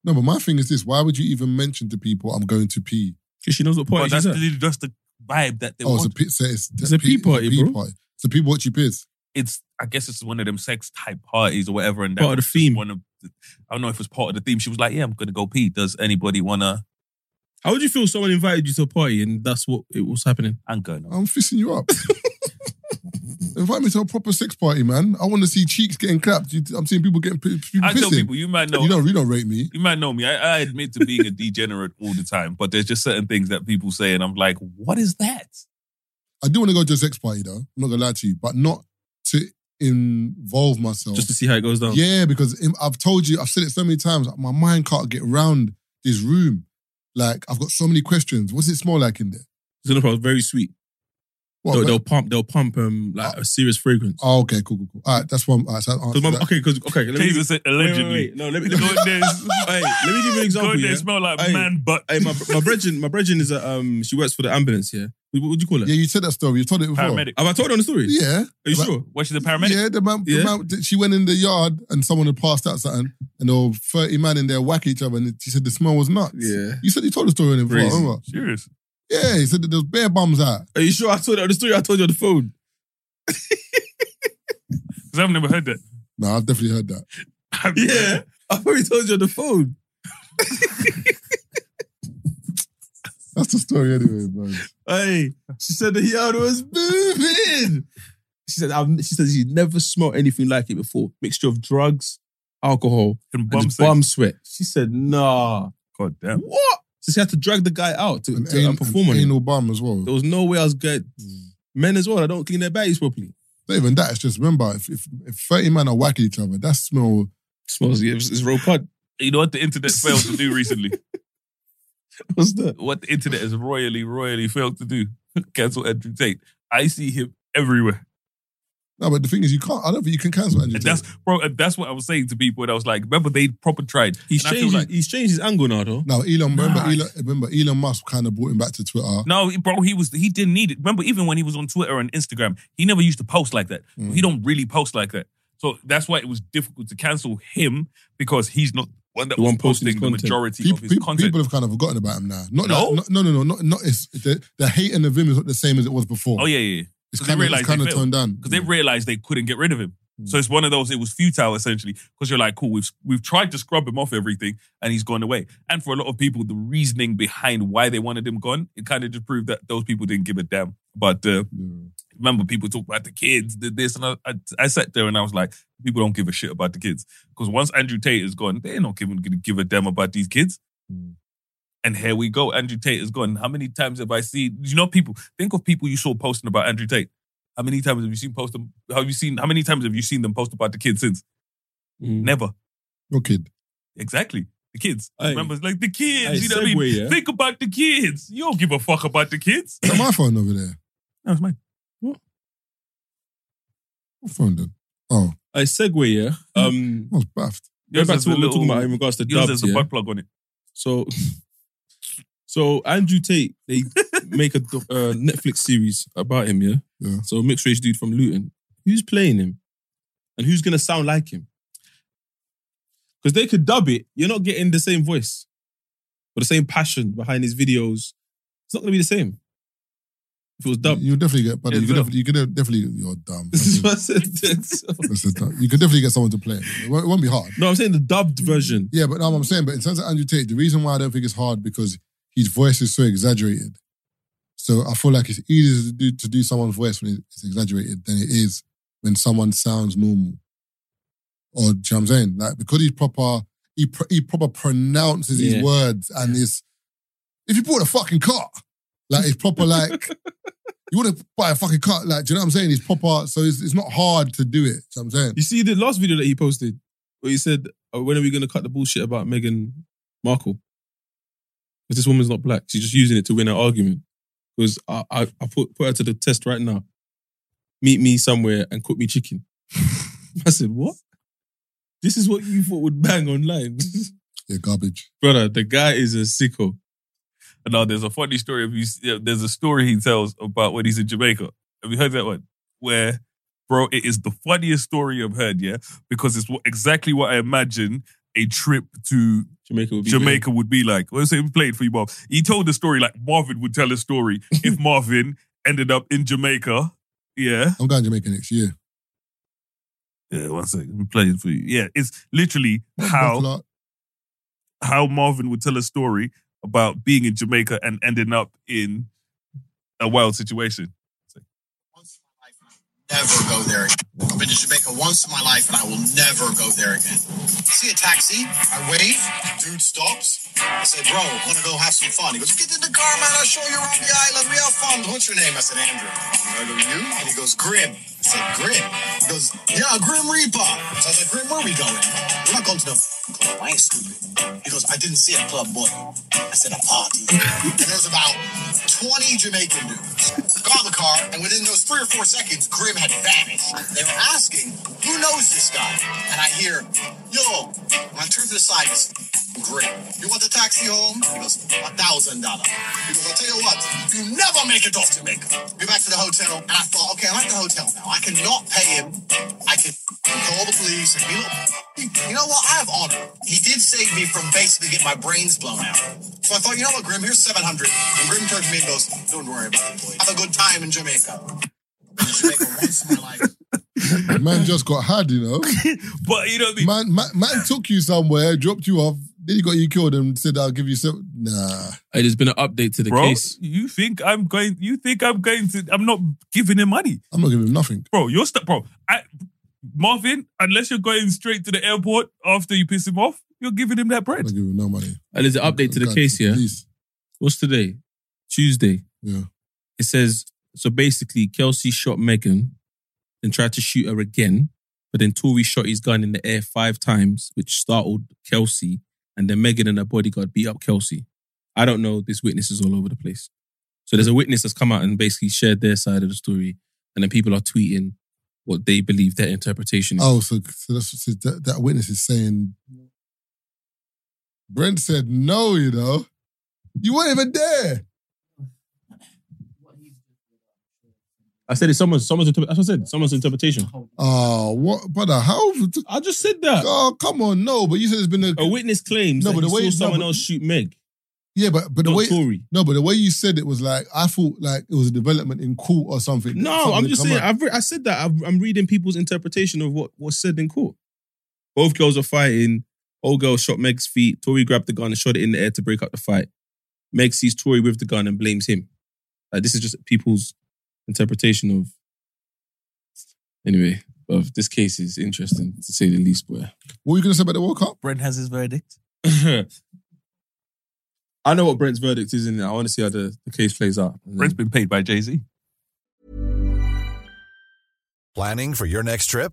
Speaker 5: No, but my thing is this: Why would you even mention to people I'm going to pee?
Speaker 6: Because she knows what party
Speaker 4: But that's
Speaker 6: she's at.
Speaker 4: the, that's the vibe that they
Speaker 5: oh, it's a
Speaker 4: want.
Speaker 5: pee. So it's,
Speaker 6: It's a pee party, bro.
Speaker 5: party. So people watch you piss.
Speaker 4: It's I guess it's one of them sex type parties or whatever. And that
Speaker 6: Part of the
Speaker 4: was just
Speaker 6: theme.
Speaker 4: One of the, I don't know if it was part of the theme. She was like, yeah, I'm gonna go pee. Does anybody wanna?
Speaker 6: How would you feel if someone invited you to a party and that's what it was happening?
Speaker 4: I'm going.
Speaker 5: I'm fisting you up. Invite me to a proper sex party, man. I want to see cheeks getting clapped. You- I'm seeing people getting p- people
Speaker 4: I
Speaker 5: Oh, pissing.
Speaker 4: tell people you might know.
Speaker 5: you don't, you don't rate me.
Speaker 4: You might know me. I, I admit to being a degenerate all the time, but there's just certain things that people say, and I'm like, what is that?
Speaker 5: I do want to go to a sex party though. I'm not gonna lie to you, but not to involve myself.
Speaker 6: Just to see how it goes down.
Speaker 5: Yeah, because im- I've told you, I've said it so many times. My mind can't get round this room. Like I've got so many questions. What's it smell like in there?
Speaker 6: So no problem. Very sweet.
Speaker 5: What?
Speaker 6: they'll,
Speaker 5: but-
Speaker 6: they'll pump. They'll pump um like a serious fragrance.
Speaker 5: oh, okay, cool, cool, cool. All right, that's one. All right, so I'll answer
Speaker 6: 'Cause my-
Speaker 5: that.
Speaker 6: okay, because okay. Let me,
Speaker 4: Jesus said
Speaker 6: wait,
Speaker 4: allegedly.
Speaker 6: wait, wait. No, let me,
Speaker 4: [LAUGHS]
Speaker 6: let me,
Speaker 4: Go in there,
Speaker 6: hey, [LAUGHS] let me give you an
Speaker 4: go
Speaker 6: example.
Speaker 4: in there
Speaker 6: Yeah?
Speaker 4: smell like
Speaker 6: Hey.
Speaker 4: man butt.
Speaker 6: Hey, my my brethren, my brethren is a um she works for the ambulance. Yeah, What what do you call it?
Speaker 5: Yeah, you said that story. You told it before.
Speaker 4: Paramedic.
Speaker 6: Have I told you on the story?
Speaker 5: Yeah.
Speaker 6: Are you
Speaker 5: But-
Speaker 6: sure?
Speaker 4: Where she's a paramedic.
Speaker 5: Yeah, the man, the
Speaker 6: Yeah.
Speaker 5: man- th- she went in the yard and someone had passed out something, and there were 30 men in there whacking each other, and she said the smell was nuts.
Speaker 6: Yeah.
Speaker 5: You said you told the story on it before,
Speaker 6: Crazy.
Speaker 5: remember?
Speaker 4: Serious.
Speaker 5: Yeah, he said that there was bare bums out.
Speaker 6: Are you sure I told you on the story I told you on the phone?
Speaker 4: Because I've never heard that. [LAUGHS]
Speaker 5: No, I've definitely heard that.
Speaker 6: Yeah. I probably told you on the phone.
Speaker 5: That's the story anyway, man.
Speaker 6: Hey, she said the yard was moving. She said, I've, she said she never smelled anything like it before. Mixture of drugs, alcohol,
Speaker 4: And
Speaker 6: and
Speaker 4: bum
Speaker 6: just
Speaker 4: sex.
Speaker 6: bum sweat. She said, nah.
Speaker 4: God damn.
Speaker 6: What? So she had to drag the guy out to,
Speaker 5: An,
Speaker 6: to
Speaker 5: an,
Speaker 6: perform on
Speaker 5: an
Speaker 6: him.
Speaker 5: anal bum as well.
Speaker 6: There was no way I was good. Men as well, I don't clean their baggies properly.
Speaker 5: Not even that, it's just remember, if, if, if 30 men are whacking each other, that smell,
Speaker 6: Smells, it's, it's real pud.
Speaker 4: You know what the internet failed to do recently?
Speaker 6: [LAUGHS]
Speaker 4: [LAUGHS]
Speaker 6: What's that?
Speaker 4: what the internet has royally, royally failed to do. [LAUGHS] Cancel Andrew Tate. I see him everywhere.
Speaker 5: no, but the thing is, you can't, I don't think you can cancel Andrew
Speaker 4: And that's
Speaker 5: Tate.
Speaker 4: bro, and that's what I was saying to people. And I was like, remember they proper tried.
Speaker 6: He's
Speaker 4: And I feel
Speaker 6: changed,
Speaker 4: like-
Speaker 6: his, he's changed his angle now, though.
Speaker 5: No, Elon, remember,
Speaker 4: Nah.
Speaker 5: Elon, remember Elon Musk kind of brought him back to Twitter.
Speaker 4: No, he- bro, he was he didn't need it. Remember, even when he was on Twitter and Instagram, he never used to post like that.
Speaker 5: Mm.
Speaker 4: He don't really post like that. So that's why it was difficult to cancel him because he's not one that
Speaker 6: The
Speaker 4: was
Speaker 6: one posting
Speaker 4: posting
Speaker 6: his
Speaker 4: the
Speaker 6: content.
Speaker 4: majority
Speaker 5: People,
Speaker 4: of his
Speaker 5: people,
Speaker 4: content.
Speaker 5: people have kind of forgotten about him now. Not
Speaker 4: No?
Speaker 5: that, no, no, no, not, not it's, the, the hate and the vim is not the same as it was before.
Speaker 4: oh yeah, yeah.
Speaker 5: It's
Speaker 4: So they
Speaker 5: kind of,
Speaker 4: realised
Speaker 5: it's kind
Speaker 4: they
Speaker 5: of
Speaker 4: failed.
Speaker 5: turned down.
Speaker 4: Because they realized they couldn't get rid of him. So it's one of those. It was futile essentially. Because you're like, cool, we've we've tried to scrub him off everything, and he's gone away. And for a lot of people, the reasoning behind why they wanted him gone, it kind of just proved that those people didn't give a damn. But uh, remember people talk about the kids, did this, and I, I, I sat there and I was like, people don't give a shit about the kids because once Andrew Tate is gone, they're not giving gonna give a damn about these kids. And here we go, Andrew Tate is gone. How many times have I seen? You know, people think of people you saw posting about Andrew Tate. How many times have you seen post? them- Have you seen? How many times have you seen them post about the kids since?
Speaker 6: Mm.
Speaker 4: Never.
Speaker 5: Your kid.
Speaker 4: Exactly. The kids.
Speaker 6: Aye.
Speaker 4: Remember, it's like the kids.
Speaker 6: Aye,
Speaker 4: you know what I mean?
Speaker 6: segue, yeah.
Speaker 4: Think about the kids. You don't give a fuck about the kids.
Speaker 5: Is that my phone over there?
Speaker 4: That was mine.
Speaker 5: What phone then? Oh,
Speaker 6: I segue, Uh, yeah. Um,
Speaker 5: I was baffed.
Speaker 6: going
Speaker 4: Mm. Yours
Speaker 6: back
Speaker 4: has
Speaker 6: to what
Speaker 4: a
Speaker 6: we we're talking
Speaker 4: little-
Speaker 6: about in regards to
Speaker 4: Yours has
Speaker 6: dubs,
Speaker 4: a
Speaker 6: yeah.
Speaker 4: butt plug on it.
Speaker 6: So, so Andrew Tate, they make a doc- uh, Netflix series about him, yeah.
Speaker 5: Yeah.
Speaker 6: So a mixed race dude from Luton, who's playing him, and who's gonna sound like him? Because they could dub it, you're not getting the same voice or the same passion behind his videos. It's not gonna be the same if it
Speaker 5: [LAUGHS]
Speaker 6: was dubbed. [LAUGHS]
Speaker 5: You'll definitely get, buddy.
Speaker 4: Yeah,
Speaker 5: You could,
Speaker 4: no.
Speaker 5: definitely, you could definitely, you're
Speaker 4: [LAUGHS]
Speaker 5: dumb.
Speaker 6: This is what I said.
Speaker 5: That's just dumb. You could definitely get someone to play. It It won't, it won't be hard.
Speaker 6: no, I'm saying the dubbed version.
Speaker 5: Yeah, but no, I'm saying, but in terms of Andrew Tate, the reason why I don't think it's hard because his voice is so exaggerated. So I feel like it's easier to do, to do someone's voice when it's exaggerated than it is when someone sounds normal. Or, do you know what I'm saying? Like, because he's proper, he, pro- he proper pronounces
Speaker 6: Yeah.
Speaker 5: his words and his, if you bought a fucking car, like, it's proper,
Speaker 6: [LAUGHS]
Speaker 5: like, you want to buy a fucking car, like, do you know what I'm saying? It's proper, so it's, it's not hard to do it. Do you know what I'm saying?
Speaker 6: You see the last video that he posted where he said, oh, "When are we going to cut the bullshit about Meghan Markle?" Because this woman's not black. She's just using it to win her argument. Because I, I, I put put her to the test right now. Meet me somewhere and cook me chicken. [LAUGHS] I said, "What? This is what you thought would bang online, [LAUGHS]
Speaker 5: Yeah, garbage.
Speaker 6: brother? The guy is a sicko."
Speaker 4: No, there's a funny story of you. yeah, There's a story he tells about when he's in Jamaica. Have you heard that one? Where, bro, it is the funniest story I've heard. Yeah, because it's what, exactly what I imagine a trip to
Speaker 6: Jamaica would be
Speaker 4: Jamaica would be like. Let's say we played for you, Bob. He told the story like Marvin would tell a [LAUGHS] story if Marvin ended up in Jamaica. Yeah.
Speaker 5: I'm going to Jamaica next year.
Speaker 4: Yeah. One second. We played for you. Yeah. It's [LAUGHS] literally how
Speaker 5: Buffalo.
Speaker 4: how Marvin would tell a story about being in Jamaica and ending up in a wild situation.
Speaker 8: once in my life and I will never go there again. I've been to Jamaica once in my life and I will never go there again. See a taxi, I wave, dude stops. I say, bro, I want to go have some fun. He goes, get in the car, man, I'll show you around the island. We have fun. What's your name? I said, Andrew. I go, you? And he goes, Grim. I said, Grim. He goes, yeah, Grim Reaper. So I said, Grim, where are we going? We're not going to the f- club. I ain't stupid. He goes, I didn't see a club, boy. I said, a party. [LAUGHS] And there's about 20 Jamaican dudes. Got in the car, and within those three or four seconds, Grim had vanished. They were asking, who knows this guy? And I hear, yo, and I turn to the side, this Great. You want a taxi home? He goes, a thousand dollar. He goes, I'll tell you what, you never make it off Jamaica. We back to the hotel, and I thought, okay, I'm at the hotel now. I cannot pay him. I can call the police and be little. You know what? I have honor. He did save me from basically getting my brains blown out. So I thought, you know what, Grim, here's 700. And Grim turns to me and goes, don't worry about it, boy. Have a good time in Jamaica. Jamaica once in my
Speaker 5: [COUGHS]
Speaker 8: life.
Speaker 5: Man just got had, you
Speaker 6: [LAUGHS]
Speaker 5: know.
Speaker 4: But you know what I mean?
Speaker 5: Man, man, man took you somewhere, dropped you off, then he got you killed and said, I'll give you some. Nah.
Speaker 6: Hey, there's been an update to the
Speaker 4: Bro,
Speaker 6: case.
Speaker 4: you think I'm going? You think I'm going to? I'm not giving him money,
Speaker 5: I'm not giving him nothing.
Speaker 4: bro. You're stuck, bro. I, Marvin, unless you're going straight to the airport after you piss him off, you're giving him that
Speaker 5: I'm
Speaker 4: bread.
Speaker 5: not giving him no money.
Speaker 6: Hey, there's an update to the
Speaker 5: God,
Speaker 6: case. Yeah,
Speaker 5: Please.
Speaker 6: what's today? Tuesday.
Speaker 5: Yeah.
Speaker 6: It says so. Basically, Kelsey shot Megan, then tried to shoot her again, but then Tory shot his gun in the air five times, which startled Kelsey, and then Megan and her bodyguard beat up Kelsey. I don't know. This witness is all over the place. So there's a witness that's come out and basically shared their side of the story, and then people are tweeting what they believe their interpretation is.
Speaker 5: Oh, so, so, that's, so that, that witness is saying, Brent said no, you know. You weren't even there.
Speaker 6: I said it's someone's someone's interpre- that's what I said. Someone's interpretation.
Speaker 5: Oh, what, brother? How?
Speaker 9: I just said that.
Speaker 5: Oh, come on, no. But you said it's been a.
Speaker 6: A witness claims
Speaker 5: No,
Speaker 6: that
Speaker 5: but the
Speaker 6: he
Speaker 5: way- no,
Speaker 6: saw someone
Speaker 5: but-
Speaker 6: else shoot Meg,
Speaker 5: yeah, but but the
Speaker 6: not
Speaker 5: way
Speaker 6: Tory.
Speaker 5: no, but the way you said it was like I thought like it was a development in court or something.
Speaker 6: No,
Speaker 5: Something
Speaker 6: I'm
Speaker 5: had
Speaker 6: just
Speaker 5: come
Speaker 6: saying.
Speaker 5: out.
Speaker 6: I've re- I said that. I've, I'm reading people's interpretation of what was said in court. Both girls are fighting. Old girl shot Meg's feet. Tory grabbed the gun and shot it in the air to break up the fight. Meg sees Tory with the gun and blames him. Like this is just people's interpretation of. Anyway, of this case is interesting to say the least. Boy.
Speaker 5: What were you gonna say about the World Cup?
Speaker 4: Brent has his verdict.
Speaker 6: [LAUGHS] I know what Brent's verdict is, and I want to see how the, the case plays out.
Speaker 4: Brent's been paid by Jay Z.
Speaker 10: Planning for your next trip?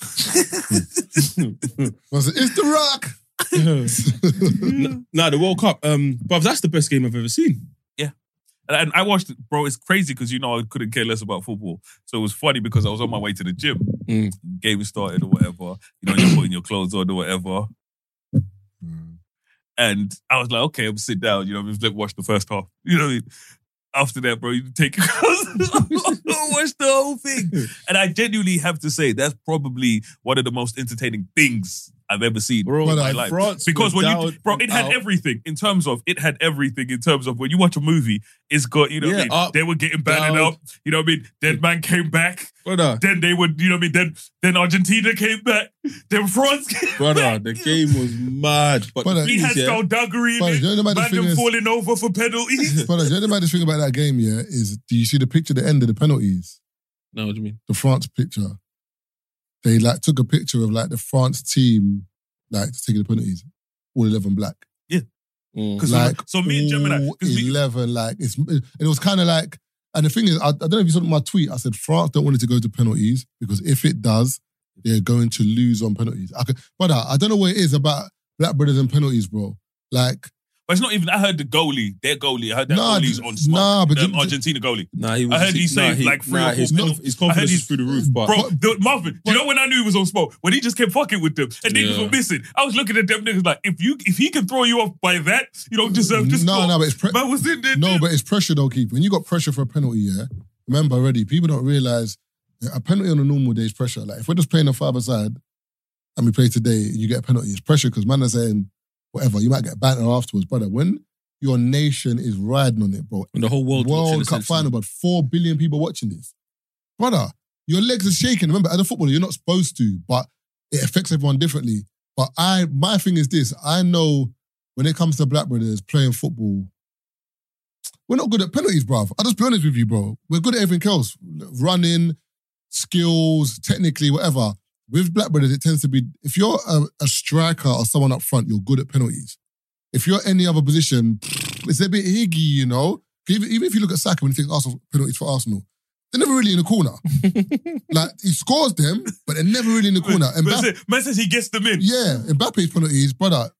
Speaker 5: I said, it's the Rock.
Speaker 6: no, [LAUGHS] nah, the World Cup, um, but that's the best game I've ever seen.
Speaker 4: And- And I watched, it, bro. It's crazy because you know I couldn't care less about football, so it was funny because I was on my way to the gym.
Speaker 6: Mm.
Speaker 4: Game started or whatever. You know, you're putting your clothes on or whatever. And I was like, okay, I'm sit down. You know, just let watch the first half. You know, what I mean? after that, bro, you take your clothes off, [LAUGHS] watch the whole thing. And I genuinely have to say that's probably one of the most entertaining things I've ever seen
Speaker 6: Bro,
Speaker 4: in my
Speaker 5: like
Speaker 4: life.
Speaker 6: France
Speaker 4: because when
Speaker 6: were
Speaker 4: you,
Speaker 6: down
Speaker 4: bro,
Speaker 6: and
Speaker 4: it had
Speaker 6: out.
Speaker 4: everything in terms of it had everything in terms of when you watch a movie, it's got you know what I
Speaker 6: Yeah,
Speaker 4: mean?
Speaker 6: up,
Speaker 4: they were getting battered
Speaker 6: down.
Speaker 4: up. You know what I mean? Then man came back.
Speaker 6: Brother,
Speaker 4: Then they would, you know what I mean? Then then Argentina came back. Then France [LAUGHS] came
Speaker 6: brother,
Speaker 4: back.
Speaker 6: the game was mad. But
Speaker 5: Brother,
Speaker 6: the
Speaker 4: He
Speaker 6: thing
Speaker 4: had
Speaker 6: is, yeah,
Speaker 4: skullduggery in
Speaker 5: But you
Speaker 4: it.
Speaker 5: know about the
Speaker 4: Man
Speaker 5: thing
Speaker 4: them
Speaker 5: is,
Speaker 4: falling over for penalties.
Speaker 5: but you know about this thing about that game, yeah, is do you see the picture at the end of the penalties?
Speaker 6: no, what do you mean?
Speaker 5: the France picture, they like took a picture of like the France team, like taking the penalties, all eleven black,
Speaker 6: Mm.
Speaker 4: Because
Speaker 5: Like,
Speaker 4: [LAUGHS] so me and Gemini,
Speaker 5: all
Speaker 4: because me,
Speaker 5: eleven like it's, and it was kind of like, and the thing is, I, I don't know if you saw my tweet. I said France don't want it to go to penalties because if it does, they're going to lose on penalties. I could, but I, I don't know what it is about black brothers and penalties, bro. Like,
Speaker 4: but it's not even. I heard the goalie, their goalie. I heard that
Speaker 5: Nah,
Speaker 4: goalie's
Speaker 5: d-
Speaker 4: on smoke.
Speaker 5: nah, but
Speaker 4: the
Speaker 5: you-
Speaker 4: Argentina goalie.
Speaker 6: Nah, he was,
Speaker 4: I heard he
Speaker 6: nah,
Speaker 4: saved, like, three
Speaker 6: nah,
Speaker 4: or
Speaker 6: his,
Speaker 4: four
Speaker 6: conf-
Speaker 4: penalties.
Speaker 6: his
Speaker 4: I heard
Speaker 6: confidence
Speaker 4: he's-
Speaker 6: is through the roof, but
Speaker 4: Bro, the, Marvin, do you know when I knew he was on smoke? When he just kept fucking with them and niggas
Speaker 6: Yeah.
Speaker 4: were missing. I was looking at them niggas like, if you if he can throw you off by that, you don't deserve this.
Speaker 5: no,
Speaker 4: score.
Speaker 5: no, but it's pre-
Speaker 4: Man was in there.
Speaker 5: No,
Speaker 4: dude.
Speaker 5: but it's pressure though, Keith. When you got pressure for a penalty, yeah, remember already, people don't realize a penalty on a normal day is pressure. Like if we're just playing a five side and we play today and you get a penalty, it's pressure because man are saying, whatever, you might get banter afterwards. Brother, when your nation is riding on it, bro,
Speaker 6: when the whole world
Speaker 5: World,
Speaker 6: watching,
Speaker 5: Cup
Speaker 6: essentially.
Speaker 5: final, but four billion people watching this. Brother, your legs are shaking. Remember, as a footballer, you're not supposed to, but it affects everyone differently. But I, my thing is this: I know when it comes to black brothers playing football, we're not good at penalties, bruv. I'll just be honest with you, bro. We're good at everything else: running, skills, technically, whatever. with black brothers, it tends to be if you're a, a striker or someone up front, you're good at penalties. If you're any other position, it's a bit higgy, you know. Even, even if you look at Saka when he takes Arsenal penalties for Arsenal, they're never really in the
Speaker 4: [LAUGHS]
Speaker 5: corner. like he scores them, but they're never really in the corner.
Speaker 4: But
Speaker 5: Mbappe-
Speaker 4: say- Man says he gets them in.
Speaker 5: yeah, Mbappe's penalties, brother.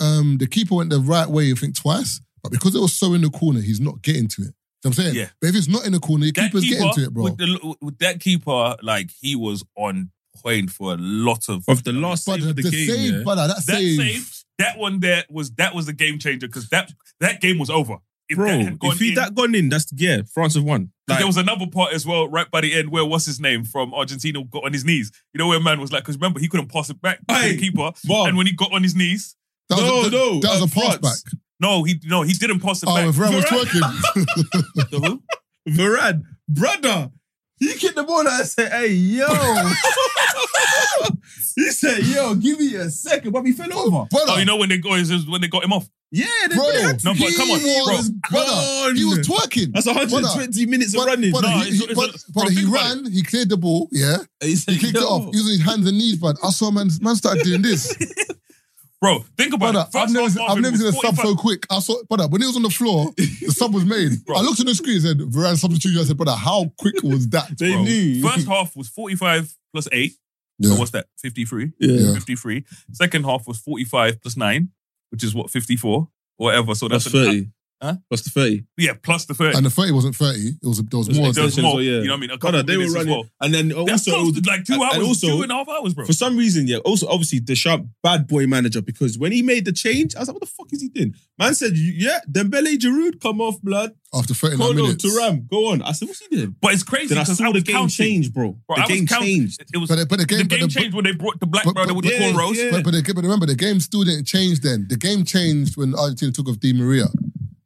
Speaker 5: Um, the keeper went the right way, I think, twice, but because it was so in the corner, he's not getting to it. You know what I'm saying,
Speaker 4: Yeah.
Speaker 5: but if it's not in the corner, the
Speaker 4: That
Speaker 5: keeper's
Speaker 4: keeper,
Speaker 5: getting to it, bro.
Speaker 4: With, the, with that keeper, like he was on point for a lot of
Speaker 6: Of the last
Speaker 5: But
Speaker 6: save of the, game,
Speaker 5: save,
Speaker 6: yeah.
Speaker 5: brother, that,
Speaker 4: that
Speaker 5: save,
Speaker 4: save. That one there was that was a game changer because that that game was over. If
Speaker 6: bro,
Speaker 4: that had gone
Speaker 6: if he
Speaker 4: in-
Speaker 6: that gone in, that's yeah, France have won.
Speaker 4: 'Cause
Speaker 6: Like,
Speaker 4: there was another part as well, right by the end, where what's his name from Argentina got on his knees. You know where man was like, because remember he couldn't pass it back to
Speaker 6: Aye.
Speaker 4: the keeper,
Speaker 6: Bob,
Speaker 4: and when he got on his knees,
Speaker 5: That was
Speaker 6: No,
Speaker 5: a, that,
Speaker 6: no,
Speaker 5: that was
Speaker 6: uh,
Speaker 5: a pass
Speaker 6: France.
Speaker 5: back.
Speaker 4: no, he no, he didn't pass it
Speaker 5: Oh,
Speaker 4: back.
Speaker 5: if
Speaker 4: [LAUGHS]
Speaker 5: Ram was
Speaker 4: Varane-
Speaker 5: twerking,
Speaker 4: The who?
Speaker 6: Varane, brother, he kicked the ball and I said, hey, [LAUGHS] yo. he said, yo, give me a second. But he fell over.
Speaker 5: brother,
Speaker 4: Oh, you know when they got is when they got him off.
Speaker 6: Yeah, they
Speaker 5: bro,
Speaker 6: did.
Speaker 4: No, but come on,
Speaker 5: he
Speaker 4: bro.
Speaker 5: was brother, he was twerking.
Speaker 6: That's 120 minutes of running.
Speaker 5: Brother,
Speaker 4: No,
Speaker 5: he,
Speaker 4: it's-
Speaker 5: he-
Speaker 4: it's
Speaker 5: brother-
Speaker 4: not-
Speaker 5: brother,
Speaker 4: bro,
Speaker 5: he
Speaker 4: think about
Speaker 5: ran, he cleared the ball, yeah,
Speaker 6: he
Speaker 5: he kicked it off. He was on his hands and knees, but I saw man, man started doing
Speaker 4: [LAUGHS]
Speaker 5: this.
Speaker 4: Bro, think about
Speaker 5: Brother,
Speaker 4: it.
Speaker 5: I've
Speaker 4: First
Speaker 5: never,
Speaker 4: half,
Speaker 5: seen, I've
Speaker 4: Marvin
Speaker 5: never
Speaker 4: was
Speaker 5: seen a sub
Speaker 4: 45
Speaker 5: so quick. I saw, brother, when he was on the floor, the sub was
Speaker 4: [LAUGHS]
Speaker 5: made.
Speaker 4: Bro.
Speaker 5: I looked on the screen and said, Varane substitute. I said, brother, how quick was that?
Speaker 6: They
Speaker 5: bro?
Speaker 6: knew.
Speaker 4: First half was 45 plus 8.
Speaker 5: Yeah.
Speaker 4: So what's that? 53?
Speaker 5: Yeah.
Speaker 4: 53. Second half was 45 plus 9, which is what, 54? Or whatever. So that's,
Speaker 11: That's
Speaker 4: an-
Speaker 11: 30.
Speaker 4: Huh?
Speaker 11: That's the 30.
Speaker 4: yeah, plus the 30.
Speaker 5: And the 30 wasn't 30, it was, there was
Speaker 11: It was
Speaker 5: more.
Speaker 11: eight
Speaker 4: There was
Speaker 11: Essentially,
Speaker 4: more.
Speaker 11: yeah.
Speaker 4: You know what I mean? A couple
Speaker 11: Brother, they were
Speaker 4: minutes as
Speaker 11: running.
Speaker 4: well.
Speaker 11: And then
Speaker 4: That's
Speaker 11: also,
Speaker 4: close to like two
Speaker 11: and-
Speaker 4: hours,
Speaker 11: and also-
Speaker 4: two and a half hours, bro.
Speaker 11: for some reason, yeah, also, obviously, Deschamps, bad boy manager, because when he made the change, I was like, what the fuck is he doing? Man said, yeah, Dembele, Giroud, come off, blood.
Speaker 5: After 39
Speaker 11: Colo,
Speaker 5: minutes.
Speaker 11: Turam, go on. I said, what's he doing?
Speaker 4: But it's crazy
Speaker 11: Then I
Speaker 4: because I,
Speaker 11: saw the
Speaker 4: was
Speaker 11: game
Speaker 4: counting.
Speaker 11: change, bro.
Speaker 4: Bro, I
Speaker 11: the
Speaker 4: was
Speaker 11: game
Speaker 4: counting.
Speaker 11: changed.
Speaker 4: It was
Speaker 5: But, the- but the
Speaker 4: the
Speaker 5: game, but,
Speaker 4: game
Speaker 5: the,
Speaker 4: changed when they brought the black
Speaker 5: But-
Speaker 4: brother
Speaker 5: but-
Speaker 4: with the
Speaker 5: yeah,
Speaker 4: cornrows.
Speaker 5: but, but, the, but remember, the game still didn't change then. The game changed when Argentina took off Di Maria.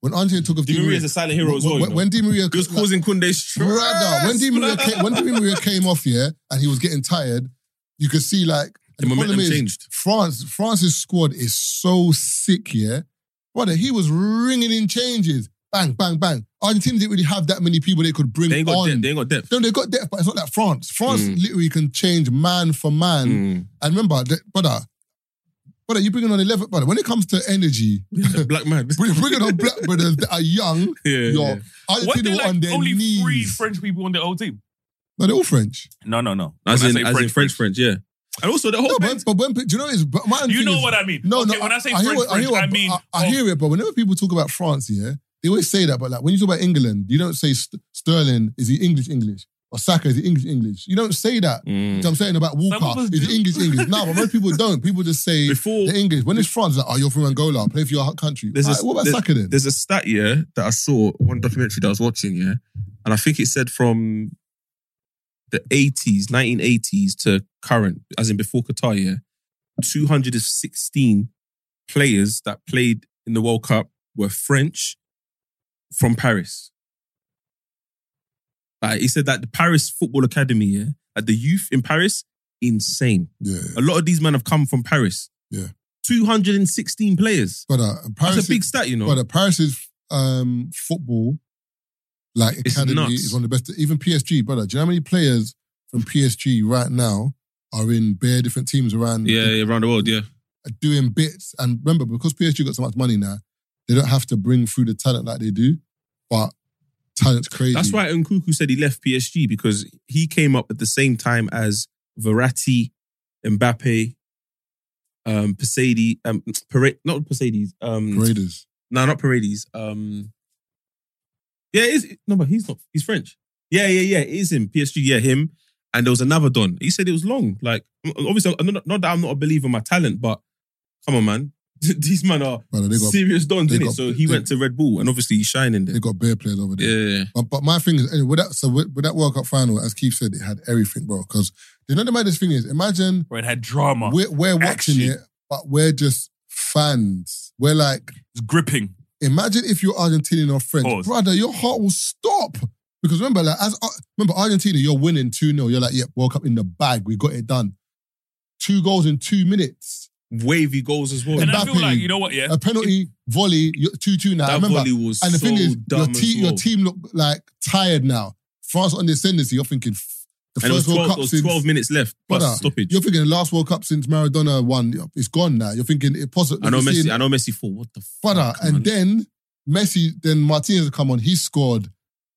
Speaker 5: When Argentina took off Di,
Speaker 11: Di Maria's a silent hero as well.
Speaker 5: when,
Speaker 11: you know?
Speaker 5: when Di Maria
Speaker 6: He was causing Kunde stress.
Speaker 5: Brother, when Di Maria came, when Di Maria came off, yeah, and he was getting tired, you could see like
Speaker 6: The
Speaker 5: problem
Speaker 6: momentum
Speaker 5: is,
Speaker 6: changed.
Speaker 5: France, France's squad is so sick, yeah. Brother, he was ringing in changes, bang, bang, bang. Argentina didn't really have that many people they could bring
Speaker 6: They ain't got
Speaker 5: on.
Speaker 6: depth. They ain't got depth.
Speaker 5: no, they got depth, but it's not like France. France
Speaker 6: Mm.
Speaker 5: literally can change man for man.
Speaker 6: Mm.
Speaker 5: And remember, the, brother, brother, you bringing on eleven, brother. When it comes to energy,
Speaker 6: Black man.
Speaker 5: bring- bringing on black brothers that are young.
Speaker 6: [LAUGHS] yeah.
Speaker 5: Yo,
Speaker 4: What
Speaker 5: Argentina
Speaker 4: they
Speaker 5: were
Speaker 4: like
Speaker 5: on their
Speaker 4: only
Speaker 5: knees.
Speaker 4: three French people on their whole team?
Speaker 5: No, they're all French.
Speaker 4: No, no, no.
Speaker 6: As,
Speaker 4: When I
Speaker 6: in,
Speaker 4: say
Speaker 6: as in French, French, yeah. And also the whole
Speaker 5: No, but, but when do you know what is but my
Speaker 4: You
Speaker 5: thing
Speaker 4: know
Speaker 5: is-
Speaker 4: what I mean.
Speaker 5: No,
Speaker 4: okay,
Speaker 5: no.
Speaker 4: When I say
Speaker 5: hear
Speaker 4: French,
Speaker 5: what-
Speaker 4: French,
Speaker 5: hear what-
Speaker 4: I mean. oh,
Speaker 5: I, I hear it, but whenever people talk about France, yeah, they always say that. But like when you talk about England, you don't say St- Sterling is he English English or Saka is he English English. You don't say
Speaker 6: Mm.
Speaker 5: that. You know what I'm saying about
Speaker 4: Some
Speaker 5: Walker
Speaker 4: of us
Speaker 5: is
Speaker 4: do.
Speaker 5: he English English. no, but most people don't. People just
Speaker 6: [LAUGHS]
Speaker 5: say
Speaker 6: Before
Speaker 5: the English. When it's France, like, oh, you're from Angola, play for your country.
Speaker 6: There's
Speaker 5: Alright,
Speaker 6: this-
Speaker 5: what about
Speaker 6: there-
Speaker 5: Saka then?
Speaker 6: there's a stat yeah that I saw one documentary that I was watching yeah, and I think it said from the 80s, 1980s to current, as in before Qatar yeah, 216 players that played in the World Cup were French from Paris. Like he said that the Paris Football Academy yeah, at the youth in Paris, insane.
Speaker 5: Yeah,
Speaker 6: A lot of these men have come from Paris.
Speaker 5: Yeah.
Speaker 6: 216 players.
Speaker 5: but uh, Paris.
Speaker 6: That's a big
Speaker 5: is,
Speaker 6: stat, you know.
Speaker 5: But uh, Paris's um, football, like
Speaker 6: It's
Speaker 5: academy,
Speaker 6: nuts.
Speaker 5: is one of the best. Even PSG, brother. Do you know how many players from PSG right now are in bare different teams around?
Speaker 6: Yeah, yeah, around the world, yeah.
Speaker 5: doing bits. And remember, because PSG got so much money now, they don't have to bring through the talent like they do. But talent's crazy.
Speaker 6: That's why Nkuku said he left PSG because he came up at the same time as Verratti, Mbappe, um, Pasady, um, Parade, not Pasades, um,
Speaker 5: Raiders.
Speaker 6: no, not Paredes. Um, yeah, it is, no, but he's not. He's French. Yeah, yeah, yeah. It is him. PSG. Yeah, him. And there was another Don. He said it was long. Like, obviously, not, not that I'm not a believer in my talent, but come on, man. [LAUGHS] These men are
Speaker 5: Brother, they got
Speaker 6: serious Dons,
Speaker 5: they
Speaker 6: innit?
Speaker 5: got-
Speaker 6: So he
Speaker 5: they-
Speaker 6: went to Red Bull, and obviously he's shining there.
Speaker 5: they got bare players over there.
Speaker 6: Yeah.
Speaker 5: But, but my thing is, anyway, with that, so with, with that World Cup final, as Keith said, it had everything, bro. Because you know the maddest thing is, imagine
Speaker 4: Bro, it had drama.
Speaker 5: we're, we're watching
Speaker 4: Action.
Speaker 5: it, but we're just fans. We're like,
Speaker 4: It's gripping.
Speaker 5: imagine if you're Argentinian or French,
Speaker 4: Pause.
Speaker 5: brother, your heart will stop. Because remember, like, as uh, remember Argentina, you're winning 2 0. You're like, yep, World Cup in the bag. We got it done. Two goals in two minutes.
Speaker 6: wavy goals as well.
Speaker 4: And I feel
Speaker 5: Mbappe.
Speaker 4: like, you know what, yeah?
Speaker 5: a penalty volley, two two now.
Speaker 6: that
Speaker 5: remember,
Speaker 6: volley was
Speaker 5: and the
Speaker 6: so
Speaker 5: thing is, your,
Speaker 6: dumb.
Speaker 5: te-
Speaker 6: as
Speaker 5: your
Speaker 6: well.
Speaker 5: team look like tired now. France on the ascendancy. You're thinking "F- The
Speaker 6: and it was
Speaker 5: first World
Speaker 6: 12,
Speaker 5: Cup
Speaker 6: it was
Speaker 5: since-
Speaker 6: 12 minutes left plus
Speaker 5: Brother,
Speaker 6: stoppage.
Speaker 5: You're thinking the last World Cup since Maradona won, it's gone now. You're thinking it possibly.
Speaker 6: I know
Speaker 5: you're
Speaker 6: Messi.
Speaker 5: seeing-
Speaker 6: I know Messi four. What the
Speaker 5: brother,
Speaker 6: fuck? man?
Speaker 5: and then Messi, then Martinez come on. He scored.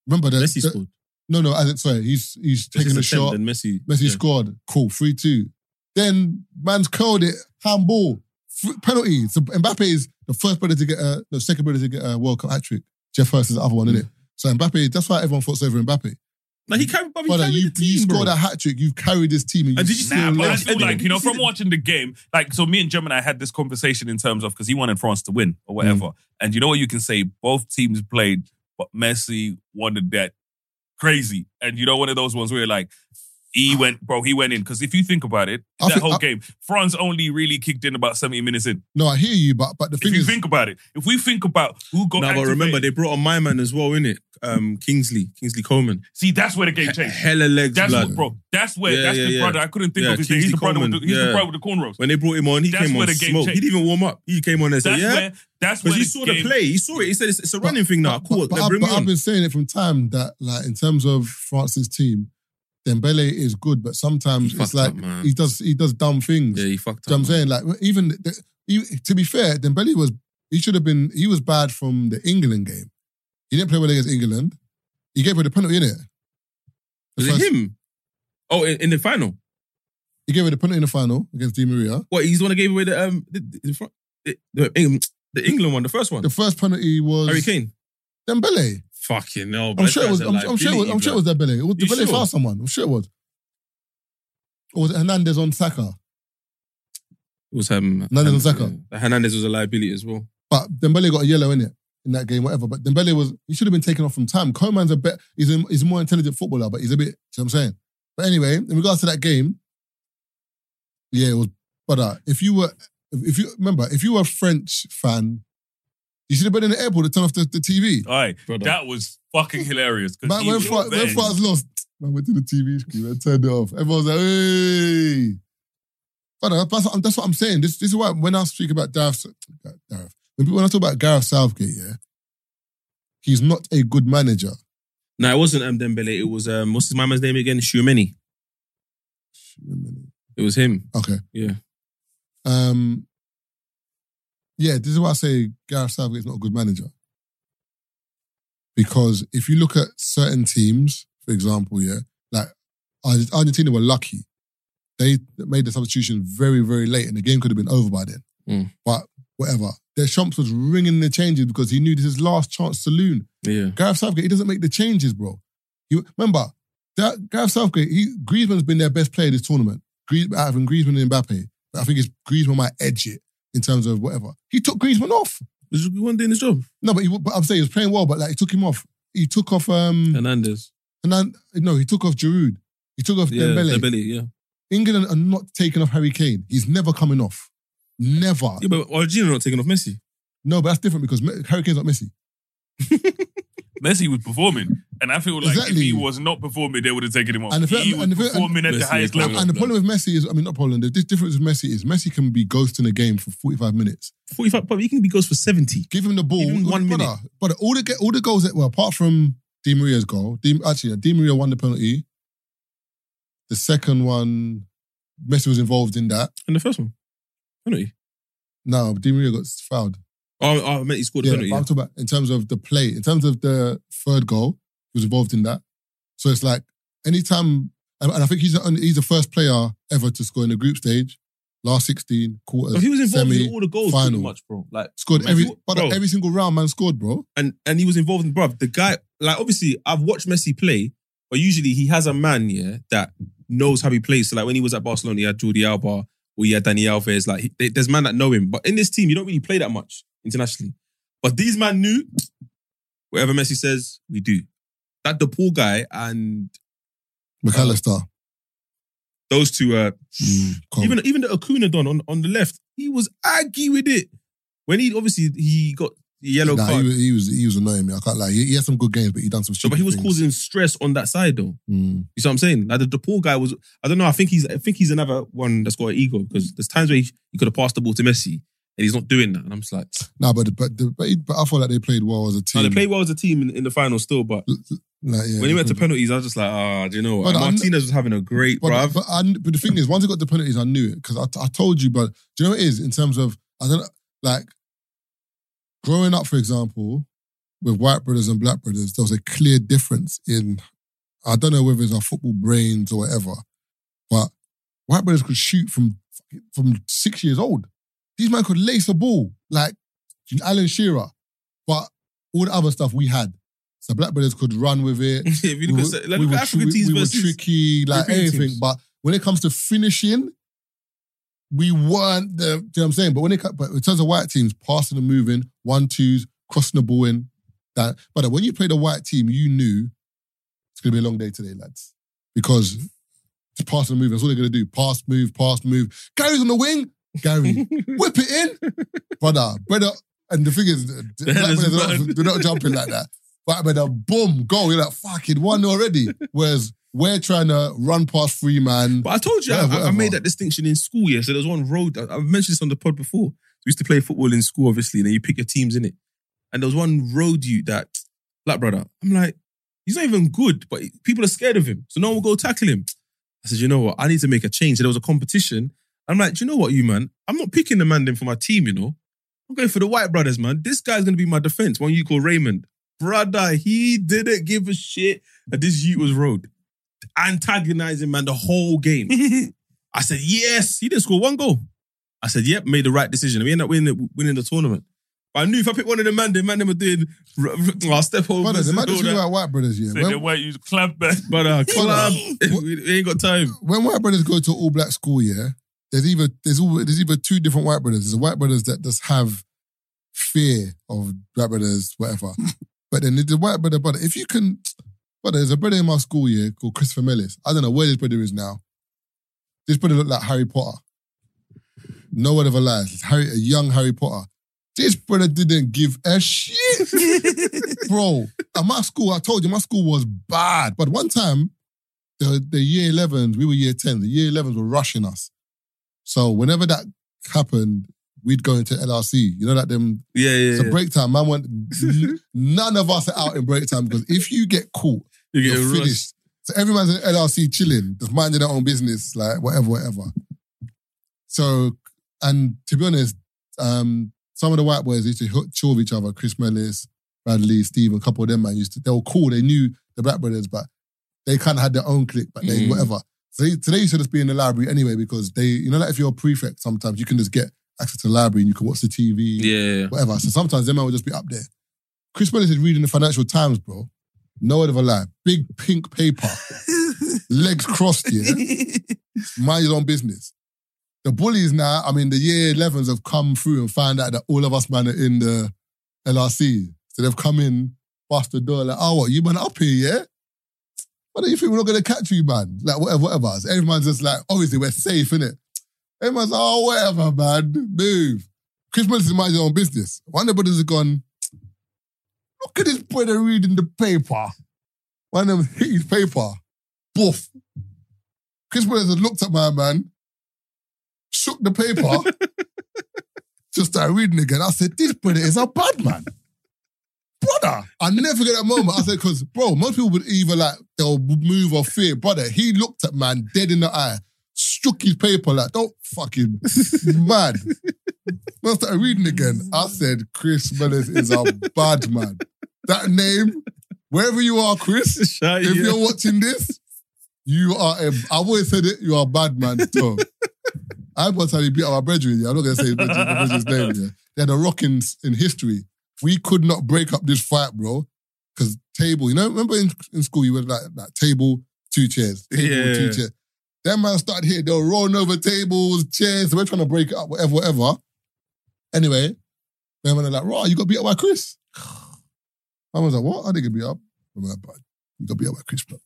Speaker 5: Remember that?
Speaker 6: Messi
Speaker 5: that-
Speaker 6: scored.
Speaker 5: No, no. As in, sorry, he's he's
Speaker 6: This is
Speaker 5: taking a
Speaker 6: the
Speaker 5: shot.
Speaker 6: tenth, And Messi.
Speaker 5: Messi
Speaker 6: yeah.
Speaker 5: scored. Cool, three two. Then man's curled it. Handball F- penalty. So Mbappe is the first brother to get a the second brother to get a World Cup hat trick. Jeff Hurst is the other one, isn't it? So Mbappe, that's why everyone thoughts over Mbappe.
Speaker 6: Like he carried, but he
Speaker 5: Brother,
Speaker 6: carried
Speaker 5: you,
Speaker 6: the team,
Speaker 5: you scored
Speaker 6: bro.
Speaker 5: a hat trick. You've carried this team, and,
Speaker 6: And
Speaker 5: you
Speaker 6: did you see-
Speaker 5: still
Speaker 4: Nah, but I
Speaker 5: lost,
Speaker 4: feel
Speaker 5: bro.
Speaker 4: like, you know, from watching the game, like, so me and Gemini had this conversation in terms of because he wanted France to win or whatever.
Speaker 6: Mm.
Speaker 4: And you know what you can say? Both teams played, but Messi wanted that crazy. And you know, one of those ones where like, he went, bro, he went in. Because if you think about it,
Speaker 5: I
Speaker 4: that
Speaker 5: think-
Speaker 4: whole
Speaker 5: I-
Speaker 4: game, France only really kicked in about 70 minutes in.
Speaker 5: No, I hear you, but but the
Speaker 4: If
Speaker 5: thing
Speaker 4: you
Speaker 5: is,
Speaker 4: think about it, if we think about who got
Speaker 6: No, but
Speaker 4: activated-
Speaker 6: remember they brought on my man as well, innit? Um, Kingsley, Kingsley Coleman.
Speaker 4: see, that's where the
Speaker 6: He-
Speaker 4: game changed.
Speaker 6: hella legs,
Speaker 4: That's
Speaker 6: blood.
Speaker 4: what, bro. That's where.
Speaker 6: Yeah,
Speaker 4: that's
Speaker 6: yeah,
Speaker 4: the
Speaker 6: yeah.
Speaker 4: brother. I couldn't think
Speaker 6: Yeah,
Speaker 4: of his name. He's the
Speaker 6: Kingsley
Speaker 4: brother. With the,
Speaker 6: Coleman,
Speaker 4: he's the
Speaker 6: yeah.
Speaker 4: brother with the cornrows.
Speaker 6: When they brought him on, he
Speaker 4: That's
Speaker 6: came
Speaker 4: where
Speaker 6: on
Speaker 4: the game
Speaker 6: smoke. He
Speaker 4: changed.
Speaker 6: didn't even warm up. He came on and said,
Speaker 4: That's
Speaker 6: "Yeah,"
Speaker 4: where. That's where
Speaker 6: because he
Speaker 4: the
Speaker 6: saw
Speaker 4: game,
Speaker 6: the play. He saw it. He said, "It's, it's a running
Speaker 5: But-
Speaker 6: thing now.
Speaker 5: but-
Speaker 6: Cool.
Speaker 5: But,
Speaker 6: Now
Speaker 5: I,
Speaker 6: bring me
Speaker 5: have
Speaker 6: on."
Speaker 5: been saying it from time that, like, in terms of France's team, Dembele is good, but sometimes
Speaker 6: He
Speaker 5: it's
Speaker 6: fucked
Speaker 5: like
Speaker 6: up, man.
Speaker 5: he does he does dumb things.
Speaker 6: Yeah, he fucked
Speaker 5: Do you know
Speaker 6: up.
Speaker 5: what I'm saying? Like, even the, he, to be fair, Dembele was he should have been he was bad from the England game. He didn't play well against England. He gave her the penalty in it.
Speaker 6: Was it him? Oh, in, in the final.
Speaker 5: He gave her the penalty in the final against Di Maria.
Speaker 6: What? He's the one that gave away the um the the, front- the, the, Eng- the England one, the first one.
Speaker 5: The first penalty was
Speaker 6: Harry Kane.
Speaker 5: Dembele.
Speaker 6: Fucking no.
Speaker 5: I'm sure it was. I'm, I'm sure it was. I'm sure it was Dembele. It was
Speaker 6: You
Speaker 5: Dembele
Speaker 6: sure?
Speaker 5: found someone. I'm sure it was. Or was it Hernandez on Saka?
Speaker 6: It was um,
Speaker 5: Hernandez and Saka.
Speaker 6: yeah. Hernandez was a liability as well.
Speaker 5: But Dembele got a yellow in it in that game, whatever. But Dembele was he should have been taken off from time. Coman's a bet he's a, he's a more intelligent footballer, but he's a bit. You know what I'm saying? But anyway, in regards to that game, yeah, it was. But uh, if you were, if you remember, if you were a French fan, you should have been in the airport to turn off the, the TV.
Speaker 4: All right,
Speaker 6: Brother.
Speaker 4: that was fucking hilarious. 'cause
Speaker 5: Man,
Speaker 4: he
Speaker 5: when,
Speaker 4: was
Speaker 5: Fran- when
Speaker 4: there.
Speaker 5: France lost, man went to the TV screen and turned it off. Everyone was like, hey. But uh, that's, what- that's what I'm saying. This, this is why when I speak about Gareth, Gareth when, people- when I talk about Gareth Southgate, yeah, he's not a good manager.
Speaker 6: No, it wasn't um, Dembele. It was um, what's his mama's name again? Shumeni. It was him.
Speaker 5: Okay.
Speaker 6: Yeah.
Speaker 5: Um, yeah, this is why I say Gareth Southgate's not a good manager. Because if you look at certain teams, for example, yeah, like Ar- Argentina were lucky. They made the substitution very, very late and the game could have been over by then.
Speaker 6: Mm.
Speaker 5: But whatever. Their Champs was ringing the changes because he knew this is his last chance saloon.
Speaker 6: Yeah.
Speaker 5: Gareth Southgate, he doesn't make the changes, bro. He, remember, that Gareth Southgate, he, Griezmann's been their best player this tournament. Griez, out of Griezmann and Mbappe. But I think it's Griezmann might edge it in terms of whatever. He took Griezmann off.
Speaker 6: Was he one doing his job?
Speaker 5: No, but, he, but I'm saying he was playing well, but like he took him off. He took off, um,
Speaker 6: Hernandez.
Speaker 5: and then, no, he took off Giroud. He took off
Speaker 6: Yeah.
Speaker 5: Dembele.
Speaker 6: Dembele. Yeah.
Speaker 5: England are not taking off Harry Kane. He's never coming off. Never.
Speaker 6: Yeah, but Argentina not taking off Messi.
Speaker 5: No, but that's different because Me- Harry Kane's not Messi.
Speaker 4: Messi was performing, and I feel like if
Speaker 5: Exactly.
Speaker 4: he was not performing, they would have taken him off.
Speaker 5: And if-
Speaker 4: he was
Speaker 5: and if- and-
Speaker 4: performing at the
Speaker 6: Messi
Speaker 4: highest
Speaker 6: is
Speaker 4: level.
Speaker 6: coming
Speaker 5: And the problem with Messi is, I mean, not problem, the di- difference with Messi is Messi can be ghosting a game for 45 minutes.
Speaker 6: Forty-five. But he can be goes for seventy.
Speaker 5: Give him the ball.
Speaker 6: Give him one
Speaker 5: brother, Brother, all the all the goals that were apart from Di Maria's goal. Di, actually, Di Maria won the penalty. The second one, Messi was involved in that.
Speaker 6: And the first one. Penalty.
Speaker 5: No, Di Maria got fouled.
Speaker 6: Oh, oh, I meant he scored a
Speaker 5: Yeah,
Speaker 6: penalty.
Speaker 5: but I'm talking about in terms of the play, in terms of the third goal, he was involved in that. So it's like anytime, and, and I think he's the only- he's the first player ever to score in the group stage, last 16 quarters.
Speaker 6: So he was involved
Speaker 5: semi,
Speaker 6: in all the goals
Speaker 5: final.
Speaker 6: pretty much, bro. Like
Speaker 5: Scored
Speaker 6: Man,
Speaker 5: every,
Speaker 6: you-
Speaker 5: brother,
Speaker 6: bro.
Speaker 5: every single round, man scored, bro.
Speaker 6: and and he was involved in bruv. The guy, like obviously, I've watched Messi play, but usually he has a man, yeah, that knows how he plays. So like when he was at Barcelona, he had Jordi Alba or he had Dani Alves. Like he, they- there's man that know him, but in this team, you don't really play that much internationally. But these man knew whatever Messi says, we do. That the poor guy and
Speaker 5: McAllister.
Speaker 6: those two uh,
Speaker 5: Cold.
Speaker 6: Even even the Acuna don on, on the left, he was aggy with it. When he obviously he got the yellow
Speaker 5: Nah,
Speaker 6: card,
Speaker 5: He was, he was he was annoying me. I can't lie. He, he had some good games, but he done some.
Speaker 6: so, but he was
Speaker 5: stupid things.
Speaker 6: causing stress on that side though.
Speaker 5: Mm.
Speaker 6: You see what I'm saying? Like the, the poor guy was. I don't know. I think he's. I think he's another one that's got an ego because there's times where he, he could have passed the ball to Messi and he's not doing that. And I'm just like,
Speaker 5: Nah, but but but, he, but I feel like they played well as a
Speaker 6: no,
Speaker 5: team.
Speaker 6: they played well as a team in, in the final still, but
Speaker 5: Like, yeah,
Speaker 6: When he went to
Speaker 5: could've-
Speaker 6: penalties, I was just like, ah, do you know what?
Speaker 5: But I'm-
Speaker 6: Martinez was having a great
Speaker 5: But,
Speaker 6: bruv.
Speaker 5: but, I, but the thing is, once I got the penalties, I knew it because I, I told you. But do you know what it is in terms of I don't know, like growing up, for example, with white brothers and black brothers, there was a clear difference in. I don't know whether it's our football brains or whatever, but white brothers could shoot from from six years old. These men could lace a ball like Alan Shearer, but all the other stuff we had. So black brothers could run with it
Speaker 6: [LAUGHS] if you look at, like, look at
Speaker 5: tri-
Speaker 6: African teams
Speaker 5: we were
Speaker 6: versus
Speaker 5: tricky, like
Speaker 6: European
Speaker 5: anything.
Speaker 6: teams.
Speaker 5: But when it comes to finishing, we weren't the. Do you know what I'm saying? But when it co- but in terms of white teams, passing and moving, one twos, crossing the ball in. That, but when you played a white team, you knew it's gonna be a long day today, lads, because it's passing and moving. That's all they're gonna do: pass, move, pass, move. Gary's on the wing. Gary,
Speaker 6: [LAUGHS]
Speaker 5: whip it in, brother, brother. And the thing is, black
Speaker 6: That is
Speaker 5: brothers are
Speaker 6: mad.
Speaker 5: not, they're not jumping like that. But with a boom, go, you're like, fucking one already. Whereas we're trying to run past three man.
Speaker 6: But I told you, I-
Speaker 5: Um, Whatever,
Speaker 6: I, I made
Speaker 5: whatever.
Speaker 6: that distinction in school, yeah. So there was one road, I- I've mentioned this on the pod before. We used to play football in school, obviously, and then you pick your teams in it. And there was one road you that, black brother, I'm like, he's not even good, but people are scared of him. So no one will go tackle him. I said, you know what? I need to make a change. So there was a competition. I'm like, do you know what, you man? I'm not picking the man then for my team, you know? I'm going for the white brothers, man. This guy's going to be my defense. One you call Raymond. Brother, he didn't give a shit that this youth was road antagonizing man the whole game. I said, yes, he didn't score one goal. I said, yep, made the right decision. We ended up winning, winning the tournament. But I knew if I picked one of the man, the man they were doing, r- r- I'll step over.
Speaker 5: Brothers,
Speaker 6: and
Speaker 5: imagine
Speaker 6: all
Speaker 5: you
Speaker 6: that.
Speaker 5: like white brothers, yeah.
Speaker 4: Say they
Speaker 5: When,
Speaker 4: won't use club back. [LAUGHS]
Speaker 6: But uh, club,
Speaker 5: What-
Speaker 6: [LAUGHS] we we ain't got time.
Speaker 5: when white brothers go to all black school, yeah, there's either there's all, there's either two different white brothers. There's the white brothers that just have fear of black brothers, whatever. but then the white brother, brother, if you can, but there's a brother in my school, yeah, called Christopher Mellis. I don't know where this brother is now. This brother looked like Harry Potter. No one ever lies. It's Harry, a young Harry Potter. This brother didn't give a shit, bro. At my school, I told you, my school was bad. But one time, the, the year 11s, we were year 10, the year 11s were rushing us. So whenever that happened, we'd go into LRC. You know that them,
Speaker 6: Yeah, yeah,
Speaker 5: it's a
Speaker 6: yeah.
Speaker 5: break time. Man went, n- none of us are out in break time because if you get caught,
Speaker 6: You
Speaker 5: you're
Speaker 6: get a rush.
Speaker 5: finished. So everyone's in LRC chilling, just minding their own business, like whatever, whatever. So, and to be honest, um, some of the white boys used to hook chill with each other. Chris Mellis, Bradley, Steve, a couple of them man used to. They were cool. They knew the black brothers, but they kind of had their own clique. But they
Speaker 6: Mm.
Speaker 5: whatever. So they, today used to just be in the library anyway because they, you know, like if you're a prefect, sometimes you can just get access to the library and you can watch the TV
Speaker 6: Yeah.
Speaker 5: [LAUGHS] whatever. So sometimes them man will just be up there. Chris Mellis is reading the Financial Times, bro. No word of a lie. Big pink paper, legs crossed, yeah. Mind your own business. The bullies now, I mean, the year 11s have come through and found out that all of us, man, are in the LRC. So they've come in, bust the door, like, oh, what, you man up here, yeah? Why do you think we're not going to catch you, man? Like, whatever, whatever. So everyone's just like, obviously, we're safe, innit? Everyone's like, oh, whatever, man, move. Chris Mellis is minding his own business. One of the brothers has gone, look at this brother reading the paper. One of them hit his paper. Boof. Chris Mellis has looked at my man, shook the paper, just started reading again. I said, this brother is a bad man. Brother, I never forget that moment. I said, because, bro, most people would either like, they'll move or fear. Brother, he looked at man dead in the eye, shook his paper, like, don't fucking, mad. When I started reading again, I said, Chris Mellis is a bad man. That name, wherever you are, Chris,
Speaker 6: Shy,
Speaker 5: if
Speaker 6: yeah.
Speaker 5: you're watching this, you are a, I've always said it, you are a bad man. So I was how he beat our brethren. Yeah. I'm not going to say brethren, my brethren's name. Yeah. They had a rock in, in history. We could not break up this fight, bro. Because table, you know, remember in, in school, you were like, like table, two chairs. Table,
Speaker 6: Yeah.
Speaker 5: two chairs. That man started here, they were rolling over tables, chairs. They were trying to break it up, whatever, whatever. Anyway, then when they're like, "Raw, you got beat up by Chris." [SIGHS] I was like, "What? I didn't get beat up." I'm like, "But you got beat up by Chris, bro."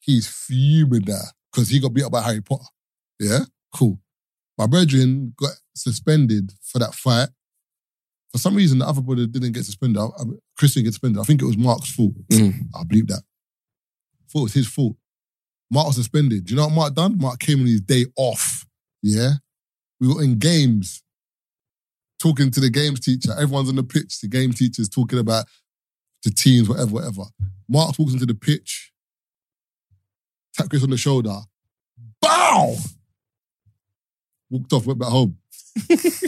Speaker 5: He's fuming now because he got beat up by Harry Potter. Yeah, cool. My brethren got suspended for that fight. For some reason, the other brother didn't get suspended. I, I, Chris didn't get suspended. I think it was Mark's fault.
Speaker 6: Mm.
Speaker 5: I believe that. Thought it was his fault. Mark was suspended. Do you know what Mark done? Mark came on his day off. Yeah. We were in games talking to the games teacher. Everyone's on the pitch. The game teacher's talking about to teams, whatever, whatever. Marks walks into the pitch, tap Chris on the shoulder, bow! Walked off, went back home.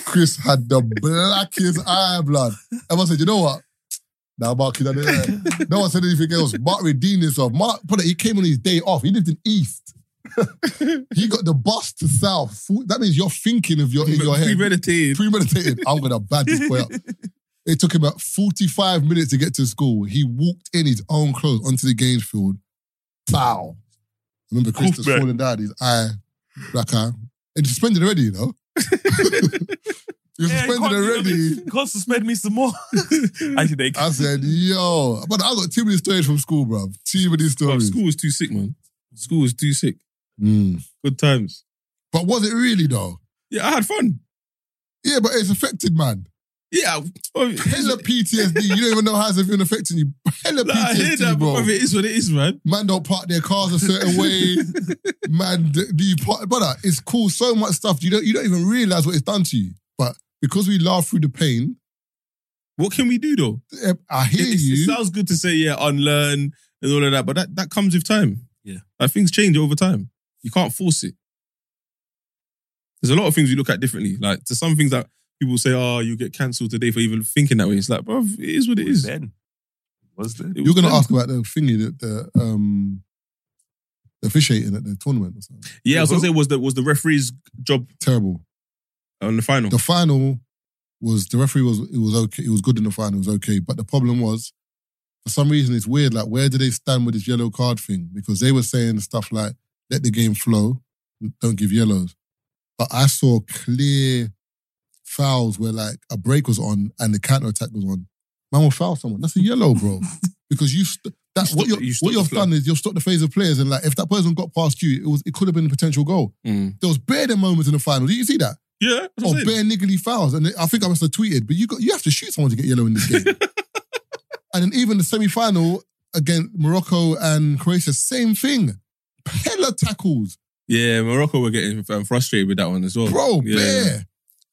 Speaker 5: Chris had the blackest eye blood. Everyone said, you know what? Nah, Mark, you know,
Speaker 6: [LAUGHS]
Speaker 5: no one said anything else. Mark redeemed himself. Mark, brother, he came on his day off. He lived in
Speaker 4: [LAUGHS]
Speaker 5: East. he got the bus to South. That means you're thinking of your in your head
Speaker 6: Premeditated.
Speaker 5: premeditated. I'm gonna bad this boy
Speaker 6: [LAUGHS]
Speaker 5: up. It took him about 45 minutes to get to school. He walked in his own clothes onto the games field. Bow. I remember Chris just
Speaker 4: Cool, man.
Speaker 5: falling down, his eye, black eye. And suspended already, you
Speaker 4: [LAUGHS]
Speaker 5: know? You're
Speaker 4: Yeah, you
Speaker 5: suspended
Speaker 4: can't-
Speaker 5: already.
Speaker 4: [LAUGHS] Can't suspend me some more. Actually, they
Speaker 5: I said, yo. But I got too many stories from school, bruv. Too many
Speaker 6: Bro,
Speaker 5: stories.
Speaker 6: school was too sick, man. School was too sick.
Speaker 5: Mm.
Speaker 6: Good times.
Speaker 5: But was it really, though?
Speaker 6: Yeah, I had fun.
Speaker 5: Yeah, but it's affected, man.
Speaker 6: Yeah, bro, [LAUGHS]
Speaker 5: Hella PTSD. You don't even know how it's been affecting you. Hella
Speaker 6: like, I hear
Speaker 5: PTSD,
Speaker 6: that,
Speaker 5: bro.
Speaker 6: but it is what it is, man.
Speaker 5: Man don't park their cars a certain way. Man, d- do you park? Brother, it's cool. So much stuff you don't you don't even realize what it's done to you. But because we laugh through the pain,
Speaker 6: [LAUGHS] What can we do though?
Speaker 5: eh, I hear
Speaker 6: It, it- it
Speaker 5: you.
Speaker 6: sounds good to say, yeah, unlearn and all of that, but that, that comes with time.
Speaker 4: Yeah.
Speaker 6: Like things change over time. You can't force it. There's a lot of things we look at differently. Like to some things that people say, oh, you get cancelled today for even thinking that way. It's like, bro, it is what it is.
Speaker 4: then. Was there?
Speaker 6: It
Speaker 5: You're
Speaker 6: was
Speaker 5: gonna
Speaker 6: then.
Speaker 5: ask about the thingy that the um the fish eating at the tournament or something.
Speaker 6: Yeah, I was gonna say was the was the referee's job
Speaker 5: Terrible.
Speaker 6: on the final.
Speaker 5: The final was the referee was it was okay, it was good in the final, it was okay. But the problem was, for some reason it's weird, like where do they stand with this yellow card thing? Because they were saying stuff like, let the game flow, don't give yellows. But I saw clear fouls where like a break was on and the counter attack was on. Man will foul someone. That's a yellow,
Speaker 6: [LAUGHS]
Speaker 5: bro. because you st- that's
Speaker 6: You
Speaker 5: what
Speaker 6: stopped
Speaker 5: you're,
Speaker 6: the- you stopped
Speaker 5: what
Speaker 6: the
Speaker 5: you've
Speaker 6: flow.
Speaker 5: done is you've stopped the phase of players and like if that person got past you, it was it could have been a potential goal.
Speaker 6: Mm.
Speaker 5: There was bare them moments in the final. Did you see that?
Speaker 6: yeah, that's
Speaker 5: Oh,
Speaker 6: what I'm saying.
Speaker 5: bare niggly fouls. And I think I must have tweeted, but you got you have to shoot someone to get yellow in this
Speaker 6: [LAUGHS]
Speaker 5: game. and then even the semi-final against Morocco and Croatia, same thing. Hella tackles.
Speaker 6: yeah, Morocco were getting um, frustrated with that one as well,
Speaker 5: Bro,
Speaker 6: Yeah,
Speaker 5: bare.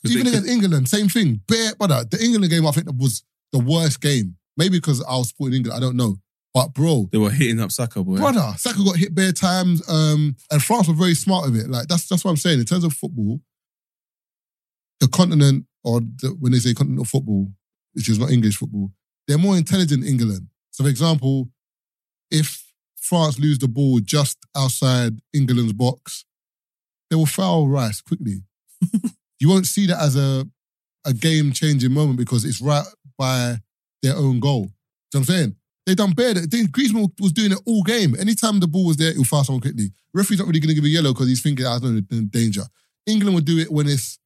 Speaker 6: 'Cause
Speaker 5: Even
Speaker 6: they
Speaker 5: against England, same thing. Bare brother. The England game, I think, was the worst game. Maybe because I was supporting England, I don't know. But bro,
Speaker 6: They were hitting up Saka, boy.
Speaker 5: brother, Saka got hit bare times. Um, and France were very smart with it. Like that's that's what I'm saying. In terms of football, the continent or the, when they say continental football, which is not English football, they're more intelligent than England. So, for example, if France lose the ball just outside England's box, they will foul Rice quickly. you won't see that as a a game changing moment because it's right by their own goal. Do you know what I'm saying? They done bare. They, Griezmann was doing it all game. Anytime the ball was there, he'll foul someone quickly. Referee's not really going to give a yellow because he's thinking, I don't know, danger. England will do it when it's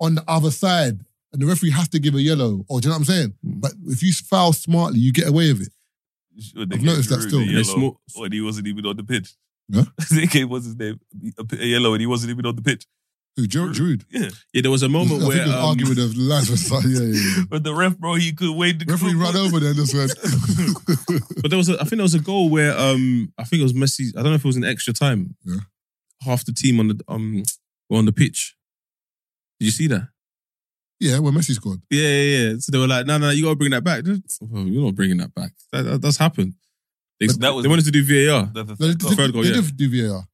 Speaker 5: on the other side and the referee has to give a yellow. Or do you know what I'm saying?
Speaker 6: Hmm.
Speaker 5: But if you foul smartly, you get away with it.
Speaker 4: I've
Speaker 5: noticed that still.
Speaker 4: The
Speaker 6: They
Speaker 4: yellow,
Speaker 6: smoke-
Speaker 4: when he wasn't even on the pitch.
Speaker 5: Huh?
Speaker 4: [LAUGHS] they gave what's his name a, a yellow, and he wasn't even on the pitch.
Speaker 5: Who, Giroud? Giroud?
Speaker 4: Yeah,
Speaker 6: Yeah, there was a
Speaker 5: I
Speaker 6: moment
Speaker 5: think
Speaker 6: where
Speaker 5: he was
Speaker 6: um,
Speaker 5: arguing with the lads. was like, Yeah, yeah,
Speaker 6: [LAUGHS]
Speaker 5: yeah.
Speaker 4: [LAUGHS] but the ref, bro, he could wait. The
Speaker 5: Referee ran over there and just went. [LAUGHS]
Speaker 6: But there was, a, I think there was a goal where um, I think it was Messi. I don't know if it was an extra time.
Speaker 5: Yeah.
Speaker 6: Half the team on the um were on the pitch. Did you see that?
Speaker 5: yeah, well, Messi scored.
Speaker 6: Yeah, yeah, yeah. So they were like, "No, no, you gotta bring that back." Oh, you're not bringing that back. That, that that's happened. They,
Speaker 4: But that was-
Speaker 6: they wanted to do VAR
Speaker 4: The, the
Speaker 5: No, they,
Speaker 4: third
Speaker 5: they-
Speaker 4: goal.
Speaker 6: Third goal,
Speaker 5: they
Speaker 6: yeah.
Speaker 5: did do VAR.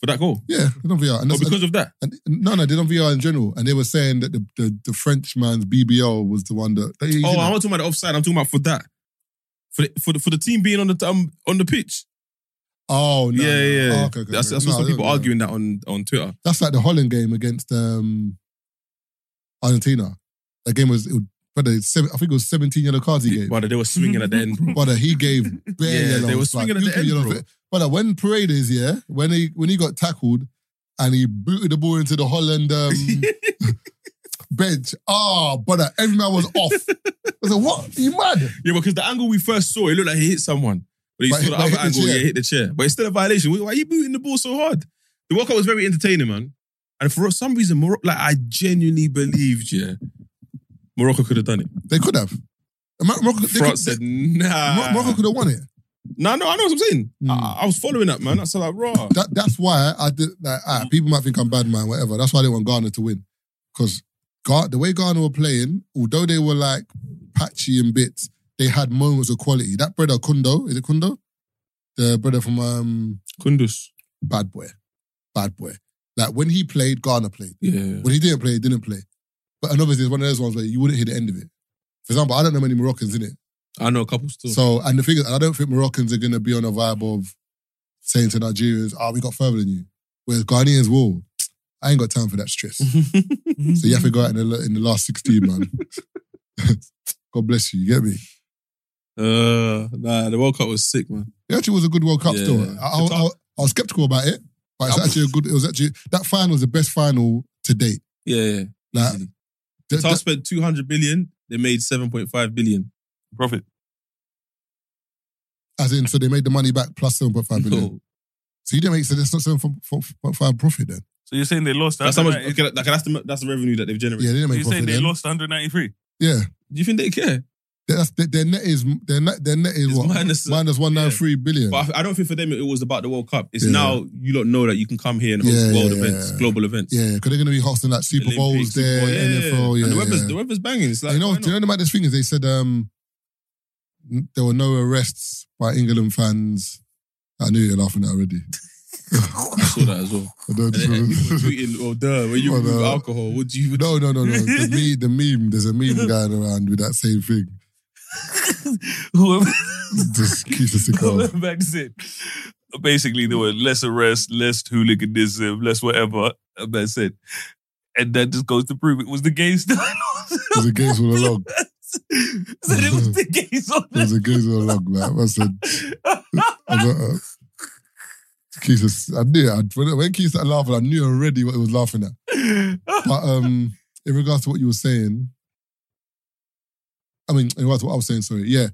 Speaker 6: for that goal.
Speaker 5: Yeah, they done VAR. And
Speaker 6: But
Speaker 5: that's,
Speaker 6: because of that,
Speaker 5: and, no, no, they done VAR in general. And they were saying that the, the, the French man's BBL was the one that. that- you
Speaker 6: oh,
Speaker 5: know,
Speaker 6: I'm not talking about the offside. I'm talking about for that, for the, for the, for the team being on the um, on the pitch.
Speaker 5: Oh, no.
Speaker 6: yeah,
Speaker 5: no.
Speaker 6: yeah. yeah.
Speaker 5: Oh, okay, okay,
Speaker 6: I, I
Speaker 5: okay.
Speaker 6: saw
Speaker 5: No,
Speaker 6: some people
Speaker 5: no, no.
Speaker 6: arguing that on on Twitter.
Speaker 5: That's like the Holland game against um, Argentina. That game was, it, was- brother, it's seven, I think it was 17 yellow cards he gave.
Speaker 6: [LAUGHS] But they were swinging at the
Speaker 5: [LAUGHS]
Speaker 6: end, bro.
Speaker 5: Brother, he gave bare
Speaker 6: [LAUGHS] Yeah,
Speaker 5: yellows.
Speaker 6: they were
Speaker 5: like,
Speaker 6: swinging at
Speaker 5: you
Speaker 6: the
Speaker 5: give
Speaker 6: end,
Speaker 5: yellows.
Speaker 6: bro.
Speaker 5: Brother, when Paredes, yeah, when he when he got tackled and he booted the ball into the Holland um,
Speaker 6: [LAUGHS]
Speaker 5: bench, ah, brother, every man was off. I was like, what? you mad?
Speaker 6: Yeah, because the angle we first saw, it looked like he hit someone. But you
Speaker 5: But
Speaker 6: saw
Speaker 5: hit-
Speaker 6: the
Speaker 5: but hit
Speaker 6: other
Speaker 5: the
Speaker 6: angle,
Speaker 5: chair.
Speaker 6: yeah, hit the chair. But it's still a violation. Why are you booting the ball so hard? The World Cup was very entertaining, man. And for some reason, Morocco, like I genuinely believed, yeah, Morocco could have done it.
Speaker 5: They could have. Mor- Morocco, they could,
Speaker 6: France said, "Ah." nah.
Speaker 5: Mor- Morocco could have won it.
Speaker 6: Nah, no, I know what I'm saying.
Speaker 5: Mm.
Speaker 6: I, I was following that, man. I said, like, raw.
Speaker 5: that, that's why I did. Like, ah, people might think I'm bad, man. Whatever. That's why they want Ghana to win, because the way Ghana were playing, although they were like patchy in bits, they had moments of quality. That brother Kundo, is it Kundo? The brother from um,
Speaker 7: Kundus.
Speaker 5: Bad Boy. Bad Boy. Like when he played, Ghana played.
Speaker 7: Yeah.
Speaker 5: When he didn't play, he didn't play. But another thing is one of those ones where you wouldn't hear the end of it. For example, I don't know many Moroccans in it.
Speaker 7: I know a couple still.
Speaker 5: So, and the thing is, I don't think Moroccans are going to be on a vibe of saying to Nigerians, oh, we got further than you. Whereas Ghanaians will. I ain't got time for that
Speaker 6: [LAUGHS]
Speaker 5: stress. so you have to go out in the, in the last 16, man. [LAUGHS] God bless you. You get me?
Speaker 7: uh, nah, the World Cup was sick, man.
Speaker 5: It actually was a good World Cup
Speaker 7: Yeah.
Speaker 5: still. I, I, I, I was skeptical about it, but it's actually a good, it was actually, that final was the best final to date.
Speaker 7: Yeah, yeah.
Speaker 5: Like,
Speaker 7: Easily.
Speaker 5: th-
Speaker 7: Qatar
Speaker 5: th-
Speaker 7: spent 200 billion. They made 7.5 billion.
Speaker 4: Profit.
Speaker 5: as in, so they made the money back plus 7.5
Speaker 6: [LAUGHS]
Speaker 5: billion.
Speaker 7: So,
Speaker 5: So you didn't make, so that's not 7.5 profit then.
Speaker 4: So you're saying they lost?
Speaker 7: that's how much.
Speaker 4: 190
Speaker 7: Okay, like, that's the that's the revenue that they've generated.
Speaker 5: Yeah, they didn't
Speaker 4: so
Speaker 5: make
Speaker 4: you're saying
Speaker 5: profit
Speaker 4: they
Speaker 5: then.
Speaker 4: lost 193?
Speaker 5: Yeah.
Speaker 7: Do you think they care?
Speaker 5: That's, their, their net is their net, their net is
Speaker 7: It's
Speaker 5: what
Speaker 7: minus-
Speaker 5: minus one nine three billion.
Speaker 7: But I, I don't think for them it was about the World Cup. It's
Speaker 5: Yeah.
Speaker 7: now you lot know that you can come here and host
Speaker 5: Yeah,
Speaker 7: world
Speaker 5: yeah,
Speaker 7: events,
Speaker 5: yeah.
Speaker 7: global events.
Speaker 5: Yeah, because they're going to be hosting like Super
Speaker 7: Olympics,
Speaker 5: Bowls
Speaker 7: Super
Speaker 5: there,
Speaker 7: Bowl,
Speaker 5: NFL. Yeah,
Speaker 7: and the weather's,
Speaker 5: yeah.
Speaker 7: the weather's banging. It's like,
Speaker 5: you know,
Speaker 7: why
Speaker 5: do you
Speaker 7: not?
Speaker 5: know the maddest thing is they said um, n- there were no arrests by England fans. I knew you're laughing at already.
Speaker 7: I saw that as well.
Speaker 5: I
Speaker 7: And
Speaker 5: don't-
Speaker 7: then,
Speaker 5: [LAUGHS]
Speaker 7: and [LAUGHS] people tweeting, oh, duh, when you
Speaker 5: Well,
Speaker 7: remove
Speaker 5: uh,
Speaker 7: alcohol, what do you...
Speaker 5: no, no, no,
Speaker 7: [LAUGHS]
Speaker 5: no. The meme, the meme. There's a meme going around with that same thing.
Speaker 4: Whoever
Speaker 5: Just keeps us going.
Speaker 4: whoever back said, basically there were less arrests, less hooliganism, less whatever. And that said, and that just goes to prove it was the [LAUGHS] gays. that
Speaker 5: There's a gays all along.
Speaker 4: said Mm-hmm. it was the gays on
Speaker 5: There's a gays all along. Like I said, I was like, uh, Keith is, I knew it. I, when- when Keith started laughing, I knew already what he was laughing at. But um, in regards to what you were saying, I mean, in regards to what I was saying, sorry, yeah.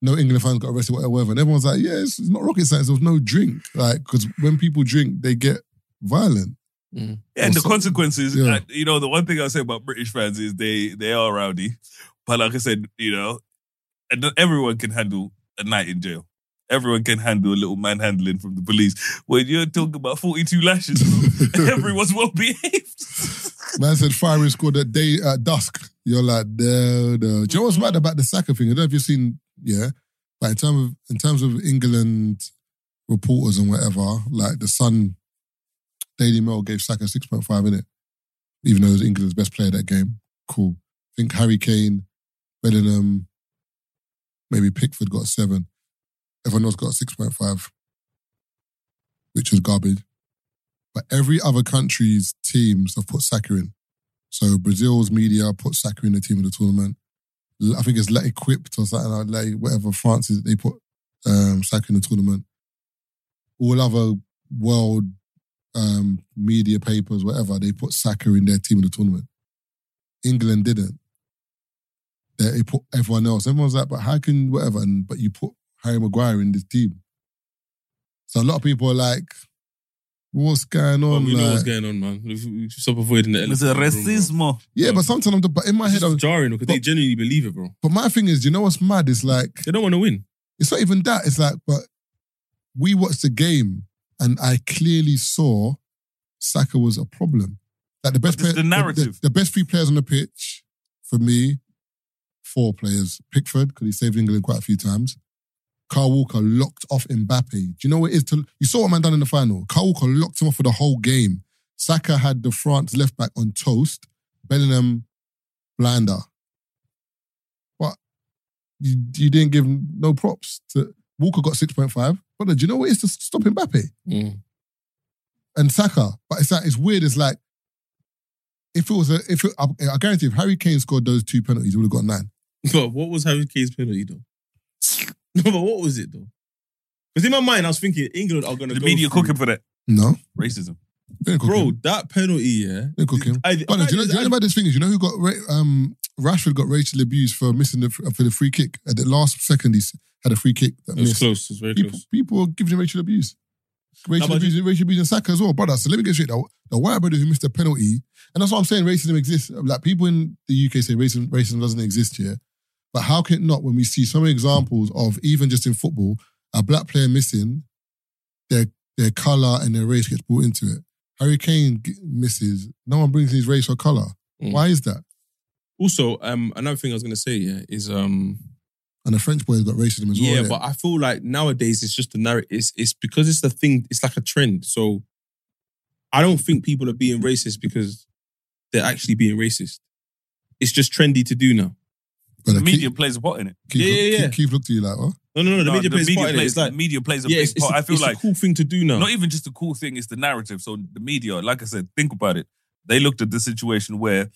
Speaker 5: No England fans got arrested, whatever. And everyone's like, yeah, it's, it's not rocket science. There was no drink. Like, because when people drink, they get violent.
Speaker 4: [LAUGHS]
Speaker 5: [LAUGHS]
Speaker 4: And the
Speaker 5: Also-
Speaker 4: consequences,
Speaker 5: Yeah.
Speaker 4: uh, you know, the one thing I say about British fans is they they are rowdy, but like I said, you know, and not everyone can handle a night in jail. Everyone can handle a little manhandling from the police. When you're talking about 42 lashes, everyone's well behaved. [LAUGHS]
Speaker 5: Man said firing squad at day at dusk. You're like, no, no. Do you know what's mad about the Saka thing? I don't know if you've seen, yeah. But in terms of in terms of England reporters and whatever, like the Sun, Daily Mail gave Saka six point five in it, even though he was England's best player that game. Cool. I think Harry Kane, Bellingham, maybe Pickford got seven. Everyone else got six point five, which is garbage but every other country's teams have put Saka in. So Brazil's media put Saka in the team of the tournament. L- I think it's Let Equipped or something like Let whatever France is, they put um, Saka in the tournament. All other world um, media papers, whatever, they put Saka in their team of the tournament. England didn't. They, they put everyone else. Everyone's like, but how can whatever? And but you put Harry Maguire in this team. So a lot of people are like, what's going
Speaker 7: Well,
Speaker 5: on?
Speaker 7: we know
Speaker 5: Like-
Speaker 7: what's going on, man. We, we stop avoiding the elephant. in the room, bro.
Speaker 5: Yeah, but sometimes I'm the, but in my
Speaker 7: It's
Speaker 5: head,
Speaker 7: just
Speaker 5: I'm,
Speaker 7: jarring because they genuinely believe it, bro.
Speaker 5: but my thing is, you know what's mad? It's like
Speaker 7: They don't want to win.
Speaker 5: it's not even that. It's like, but we watched the game, and I clearly saw Saka was a problem. Like the best
Speaker 4: But it's the
Speaker 5: the-
Speaker 4: narrative.
Speaker 5: the, best three players on the pitch for me, four players: Pickford because he saved England quite a few times. Carl Walker locked off Mbappe. Do you know what it is to? You saw what man done in the final. Carl Walker locked him off for the whole game. Saka had the France left back on toast. Bellingham, blinder. But you, you didn't give him no props. To, Walker got 6.5. Brother, do you know what it is to stop Mbappe
Speaker 7: Mm.
Speaker 5: and Saka? But it's like, it's weird. It's like, if it was a, if it, I, I guarantee if Harry Kane scored those two penalties, he would have got nine.
Speaker 7: [LAUGHS] But what was Harry Kane's penalty though? [LAUGHS] No, but what was it though? Because in my mind, I was thinking England are going to
Speaker 4: The media
Speaker 7: through.
Speaker 4: cooking for that.
Speaker 5: No.
Speaker 4: Racism.
Speaker 5: Didn't cook
Speaker 7: bro.
Speaker 5: him.
Speaker 7: That penalty, yeah.
Speaker 5: Didn't cook him.
Speaker 7: I,
Speaker 5: But do you know, do you know about this thing is, you know who got, ra- um, Rashford got racially abused for missing the, for the free kick. At the last second, he s- had a free kick that
Speaker 7: it was
Speaker 5: missed.
Speaker 7: close. It was very
Speaker 5: people,
Speaker 7: close.
Speaker 5: people are giving him racial abuse. Racial
Speaker 7: but
Speaker 5: abuse, racial abuse in Saka as well, brother. So let me get straight. The, the white brother who missed a penalty, and that's what I'm saying. Racism exists. Like people in the UK say racism, racism doesn't exist here, but how can it not when we see so many examples of even just in football a black player missing, their their color and their race gets brought into it. Harry Kane g- misses. No one brings his race or color.
Speaker 7: Mm.
Speaker 5: Why is that?
Speaker 7: Also, um, another thing I was going to say, yeah, is um,
Speaker 5: And the French boy has got racism as well.
Speaker 6: yeah,
Speaker 5: innit?
Speaker 6: but I feel like nowadays it's just a narrative. It's, it's because it's the thing. It's like a trend. So I don't think people are being racist because they're actually being racist. It's just trendy to do now.
Speaker 5: but
Speaker 4: The
Speaker 5: the
Speaker 4: media
Speaker 5: Keith,
Speaker 4: plays a part in it.
Speaker 5: Keith,
Speaker 6: Yeah, yeah,
Speaker 5: Keith-
Speaker 6: yeah.
Speaker 5: Keith looked to you like, what?
Speaker 6: No, no, no. The
Speaker 4: No,
Speaker 6: media
Speaker 4: the
Speaker 6: plays
Speaker 4: media
Speaker 6: part in it.
Speaker 4: plays-
Speaker 6: It's like
Speaker 4: media plays a
Speaker 6: yeah,
Speaker 4: big
Speaker 6: it's, it's,
Speaker 4: part. I feel
Speaker 6: it's
Speaker 4: like-
Speaker 6: a cool thing to do now.
Speaker 4: Not even just the cool thing, it's the narrative. So the media, like I said, think about it. They looked at the situation where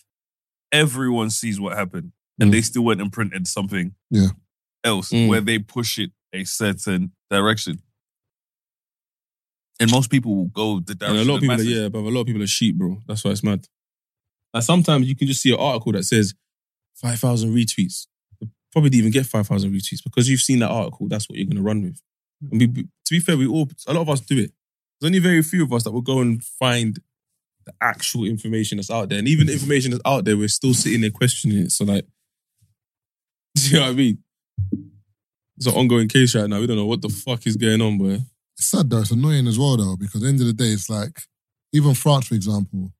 Speaker 4: everyone sees what happened and they still went and printed something
Speaker 5: Yeah.
Speaker 4: else
Speaker 6: Mm.
Speaker 4: where they push it a certain direction. And most people will go the
Speaker 6: And
Speaker 4: direction.
Speaker 6: a lot of people, are,
Speaker 4: masses.
Speaker 6: yeah, but a lot of people are sheep, bro. That's why it's mad. Like sometimes you can just see an article that says five thousand retweets. Probably didn't even get five thousand retweets because you've seen that article. That's what you're going to run with. And we, to be fair, we all a lot of us do it. There's only very few of us that will go and find the actual information that's out there, and even the information that's out there, we're still sitting there questioning it. So like, [LAUGHS] do you know what I mean? It's an ongoing case right now. We don't know what the fuck is going on, boy.
Speaker 5: It's sad though. It's annoying as well though, because at the end of the day, it's like even France, for example,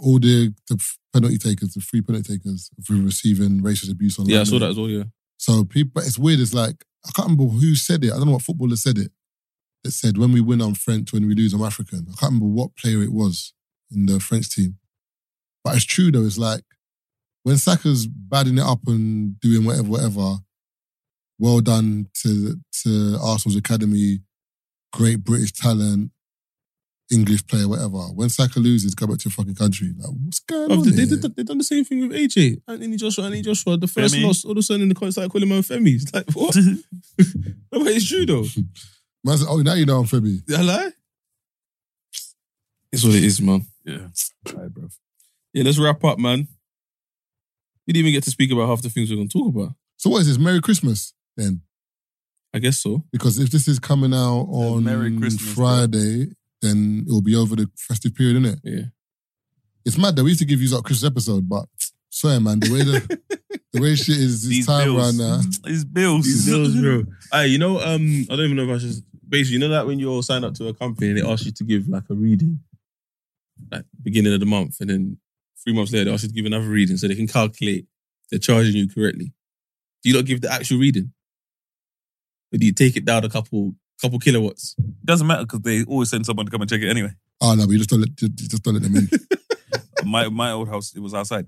Speaker 5: all the, the penalty takers, the free penalty takers, for receiving racist abuse online.
Speaker 6: Yeah, I saw that as well. Yeah,
Speaker 5: So people, but it's weird. It's like I can't remember who said it. I don't know what footballer said it. That said, when we win, I'm French. When we lose, I'm African. I can't remember what player it was in the French team. But it's true though. It's like when Saka's badding it up and doing whatever, whatever. Well done to to Arsenal's academy, great British talent, English player, whatever. When Saka loses, go back to your fucking country. Like what's going
Speaker 6: Bruv,
Speaker 5: on?
Speaker 6: they, they
Speaker 5: here?
Speaker 6: did that- they done the same thing with AJ. Anthony Joshua, Anthony Joshua. The first
Speaker 4: Femi.
Speaker 6: loss, all of a sudden in the comments started calling man Femi. It's like, what? no, but it's true though.
Speaker 5: Man said, oh, now you know I'm Femi.
Speaker 6: Did I lie? It's what it is, man.
Speaker 4: Yeah.
Speaker 6: Yeah, let's wrap up, man. We didn't even get to speak about half the things we're going to talk about.
Speaker 5: So what is this? Merry Christmas then.
Speaker 6: I guess so.
Speaker 5: Because if this is coming out on
Speaker 4: Merry Christmas,
Speaker 5: Friday, then it'll be over the festive period, innit?
Speaker 6: Yeah.
Speaker 5: It's mad that we used to give you a Christmas episode, but swear, man, the way the,
Speaker 4: [LAUGHS]
Speaker 5: the way shit is this
Speaker 4: These
Speaker 5: time right
Speaker 4: bills.
Speaker 5: now.
Speaker 4: These bills. [LAUGHS]
Speaker 6: These bills, bro. Hey, you know, um, I don't even know if I should. Basically, you know that when you all sign up to a company and they ask you to give like a reading, like beginning of the month, and then three months later they ask you to give another reading so they can calculate they're charging you correctly. Do you not give the actual reading, or do you take it down a couple couple kilowatts?
Speaker 4: Doesn't matter because they always send someone to come and check it anyway.
Speaker 5: Oh no, but you just don't let you just don't let them in.
Speaker 4: my my old house, it was outside.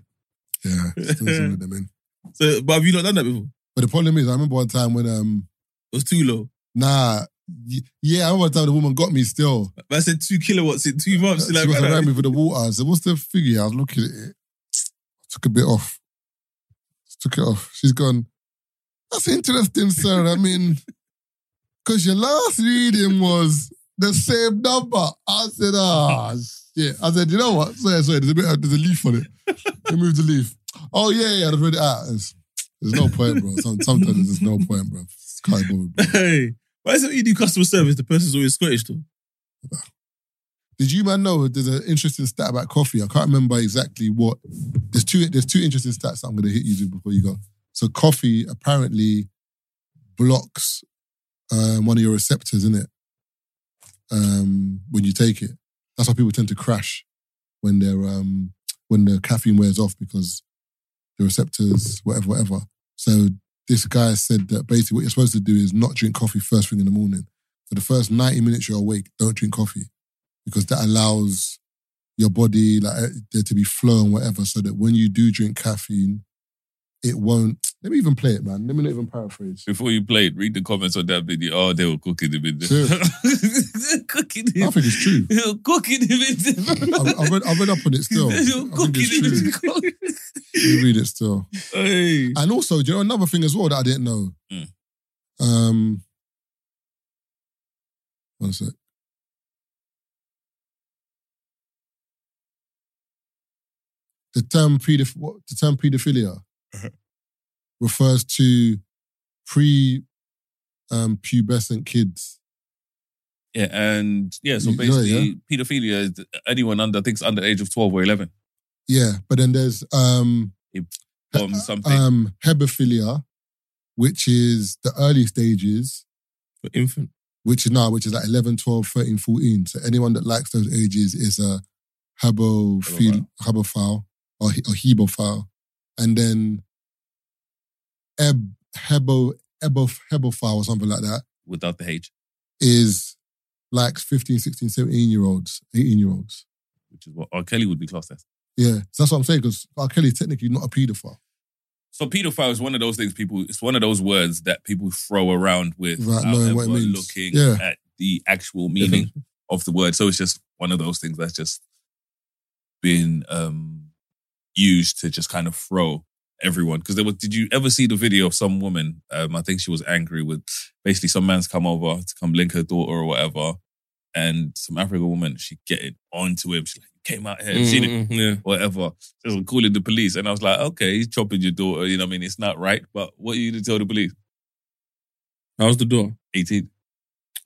Speaker 5: Yeah, just don't let them in.
Speaker 6: So, but have you not done that before?
Speaker 5: But the problem is, I remember one time when um
Speaker 6: It was too low.
Speaker 5: nah. y- Yeah, I remember one time the woman got me still.
Speaker 6: But I said two kilowatts in two months.
Speaker 5: She
Speaker 6: You're like,
Speaker 5: was
Speaker 6: "Man,
Speaker 5: around me with the water. I said, what's the figure? I was looking at it. Took a bit off. Took it off. She's gone, that's interesting, sir. I mean, [LAUGHS] because your last reading was the same number. I said, ah, shit. I said, you know what? Sorry, sorry, there's a, bit, there's a leaf
Speaker 6: [LAUGHS]
Speaker 5: on it. Let me move the leaf. Oh, yeah, yeah, I've read it out. It's- there's no point, bro. Some- Sometimes there's just no point, bro. It's kind of boring, bro.
Speaker 6: [LAUGHS] hey, why is it when you do customer service? The person's always Scottish though.
Speaker 5: Did you man know there's an interesting stat about coffee? I can't remember exactly what. There's two. There's two interesting stats that I'm going to hit you with before you go. So coffee apparently blocks um, one of your receptors in it um, when you take it. That's why people tend to crash when they're um, when the caffeine wears off because the receptors whatever whatever. So this guy said that basically what you're supposed to do is not drink coffee first thing in the morning. For the first 90 minutes you're awake, don't drink coffee because that allows your body like uh, there to be flow and whatever, so that when you do drink caffeine, it won't. Let me even play it, man. Let me not even paraphrase.
Speaker 4: Before you play it, read the comments on that video. Oh, they were cooking him in
Speaker 5: Sure.
Speaker 6: [LAUGHS]
Speaker 4: there. cooking
Speaker 5: I
Speaker 4: him.
Speaker 5: think it's true.
Speaker 4: They were cooking him in
Speaker 5: I,
Speaker 4: there.
Speaker 5: I read, I read up on it
Speaker 6: [LAUGHS]
Speaker 5: still. I
Speaker 4: They were
Speaker 5: think
Speaker 4: cooking him
Speaker 5: it's
Speaker 4: in
Speaker 5: true.
Speaker 4: there.
Speaker 5: Let me read it still.
Speaker 6: Hey,
Speaker 5: And also, do you know another thing as well that I didn't know?
Speaker 4: Mm.
Speaker 5: Um, one sec. The term pedoph- what, the term pedophilia refers to pre um, pubescent kids.
Speaker 4: [LAUGHS] Yeah, and yeah, so
Speaker 5: You know,
Speaker 4: basically,
Speaker 5: yeah.
Speaker 4: pedophilia is anyone under, I think, it's under the age of 12 or 11.
Speaker 5: Yeah, but then there's um,
Speaker 4: Or something.
Speaker 5: um, hebephilia, which is the early stages.
Speaker 6: for infant.
Speaker 5: which is now, which is like 11, 12, 13, 14. So anyone that likes those ages is a habophile, habophile or, he- or hebophile. And then eb, Hebo Hebo Hebofile or something like that
Speaker 4: without the H,
Speaker 5: is like 15, 16, 17 year olds, 18 year olds.
Speaker 4: which is what R. Kelly would be classed as.
Speaker 5: Yeah. So that's what I'm saying, because R. Kelly's technically not a paedophile.
Speaker 4: So pedophile is one of those things people. It's one of those words that people throw around with
Speaker 5: Without
Speaker 4: without
Speaker 5: knowing what it
Speaker 4: ever
Speaker 5: means.
Speaker 4: looking
Speaker 5: Yeah.
Speaker 4: at the actual meaning of the word. So it's just one of those things that's just been um, used to just kind of throw everyone. Because there was. Did you ever see the video of some woman? Um, I think she was angry with basically some man's come over to come link her daughter or whatever, and some African woman she getting onto him. She like came out here, and she didn't
Speaker 6: Mm, yeah.
Speaker 4: whatever. Just was calling the police. And I was like, okay, he's chopping your daughter. You know what I mean? It's not right. But what are you to tell the police?
Speaker 6: How's the door?
Speaker 4: 18.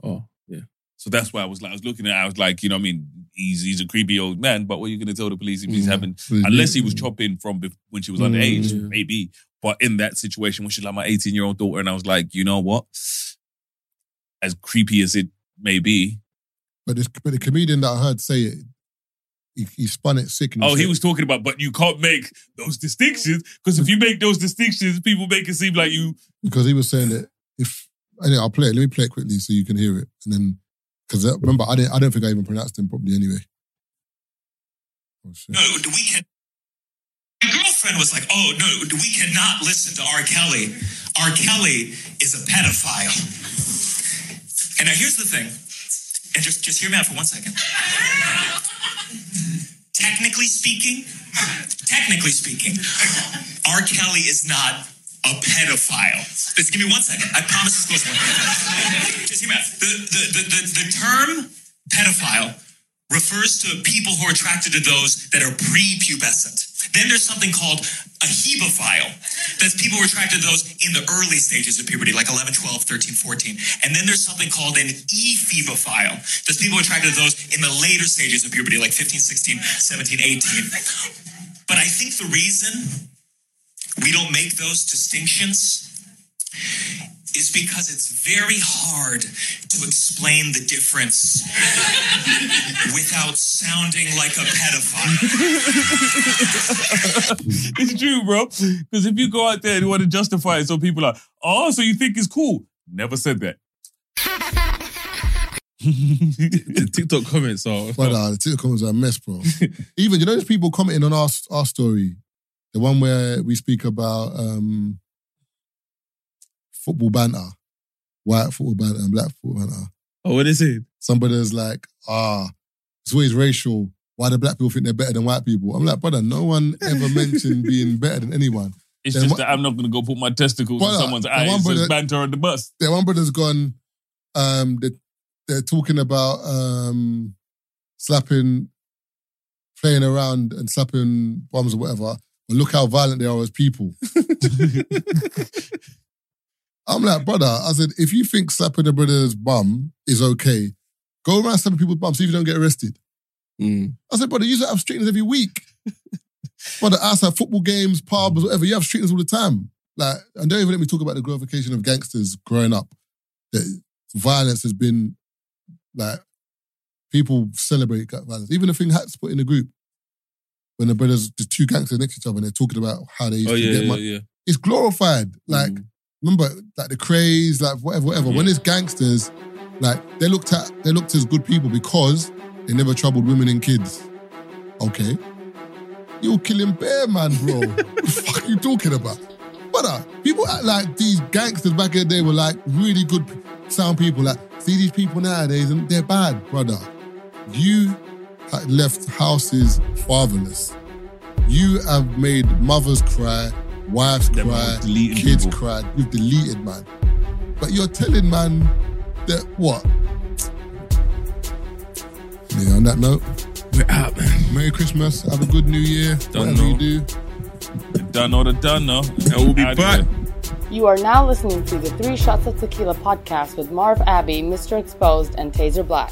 Speaker 6: Oh, yeah.
Speaker 4: So that's why I was like, I was looking at it, I was like, you know what I mean? He's, he's a creepy old man, but what are you going to tell the police if he's
Speaker 5: Yeah.
Speaker 4: having,
Speaker 5: So
Speaker 4: unless he
Speaker 5: you-
Speaker 4: was chopping from bef- when she was
Speaker 6: Mm,
Speaker 4: underage,
Speaker 6: yeah.
Speaker 4: maybe. But in that situation, when she's like my 18 year old daughter, and I was like, you know what? As creepy as it may be.
Speaker 5: But, this, but the comedian that I heard say it, he, he spun it sick. And
Speaker 4: Oh, he
Speaker 5: said-
Speaker 4: was talking about, but you can't make those distinctions because if you make those distinctions, people make it seem like you
Speaker 5: because he was saying that if anyway, I'll play it. Let me play it quickly so you can hear it, and then because remember, I didn't. I don't think I even pronounced him properly anyway. Oh, shit.
Speaker 12: No, we can. My girlfriend was like, "Oh no, we cannot listen to R. Kelly. R. Kelly is a pedophile." And now here's the thing, and just just hear me out for one second. technically speaking, technically speaking, R. Kelly is not a pedophile. Just give me one second. I promise this goes one. Just hear me out. The the the the, the term pedophile refers to people who are attracted to those that are prepubescent. Then there's something called a hebephile. That's people who are attracted to those in the early stages of puberty, like 11, 12, 13, 14. And then there's something called an ephebophile. That's people who are attracted to those in the later stages of puberty, like 15, 16, 17, 18. But I think the reason we don't make those distinctions is because it's very hard to explain the difference [LAUGHS] without sounding like a pedophile.
Speaker 4: [LAUGHS] It's true, bro. Because if you go out there and you want to justify it, so people are, oh, so you think it's cool. Never said that.
Speaker 6: [LAUGHS] The TikTok comments are.
Speaker 5: But uh, the TikToks are a mess, bro. Even you know, there's people commenting on our our story, the one where we speak about um, football banter, white football banter and black football banter.
Speaker 6: Oh, what is it?
Speaker 5: Somebody's like, ah, it's always racial. Why do black people think they're better than white people? I'm like, brother, no one ever mentioned being better than anyone.
Speaker 4: It's
Speaker 5: Then
Speaker 4: just
Speaker 5: what-
Speaker 4: that I'm not going to go put my testicles
Speaker 5: Brother,
Speaker 4: in someone's
Speaker 5: the
Speaker 4: eyes
Speaker 5: one
Speaker 4: and
Speaker 5: brother-
Speaker 4: banter on the bus.
Speaker 5: their one brother's gone. Um, they, they're talking about um, slapping, playing around and slapping bums or whatever. But look how violent they are as people. I'm like, brother, I said, if you think slapping a brother's bum is okay, go around slapping people's bums, see if you don't get arrested.
Speaker 6: Mm.
Speaker 5: I said, brother, you have straighteners every
Speaker 6: [LAUGHS]
Speaker 5: week. brother, outside football games, pubs, whatever, you have straighteners all the time. Like, and don't even let me talk about the glorification of gangsters growing up. That violence has been like people celebrate gang violence. Even the thing Hats put in the group when the brothers, the two gangsters next to each other, and they're talking about how they used
Speaker 6: Oh,
Speaker 5: to
Speaker 6: yeah,
Speaker 5: get
Speaker 6: yeah,
Speaker 5: money.
Speaker 6: yeah. Mm.
Speaker 5: It's glorified. Like, remember, like the craze, like whatever, whatever. When it's gangsters, like they looked at, they looked as good people because they never troubled women and kids. Okay, you're killing bear man,
Speaker 4: [LAUGHS]
Speaker 5: bro. what the fuck are you talking about? Brother, people act like these gangsters back in the day were like really good sound people. Like, see these people nowadays and they're bad, brother. You have left houses fatherless. You have made mothers cry, wives
Speaker 4: Them
Speaker 5: cry,
Speaker 4: are deleting
Speaker 5: kids
Speaker 4: people.
Speaker 5: cry. You've deleted, man. But you're telling man that what? Yeah, on that note,
Speaker 6: We're out, man.
Speaker 5: Merry Christmas. Have a good New Year.
Speaker 6: Don't
Speaker 5: Whatever
Speaker 6: know.
Speaker 5: you do.
Speaker 4: Done or the done, no. And
Speaker 6: we'll be back.
Speaker 13: You are now listening to the Three Shots of Tequila podcast with Marv Abbey, Mr. Exposed, and Taser Black.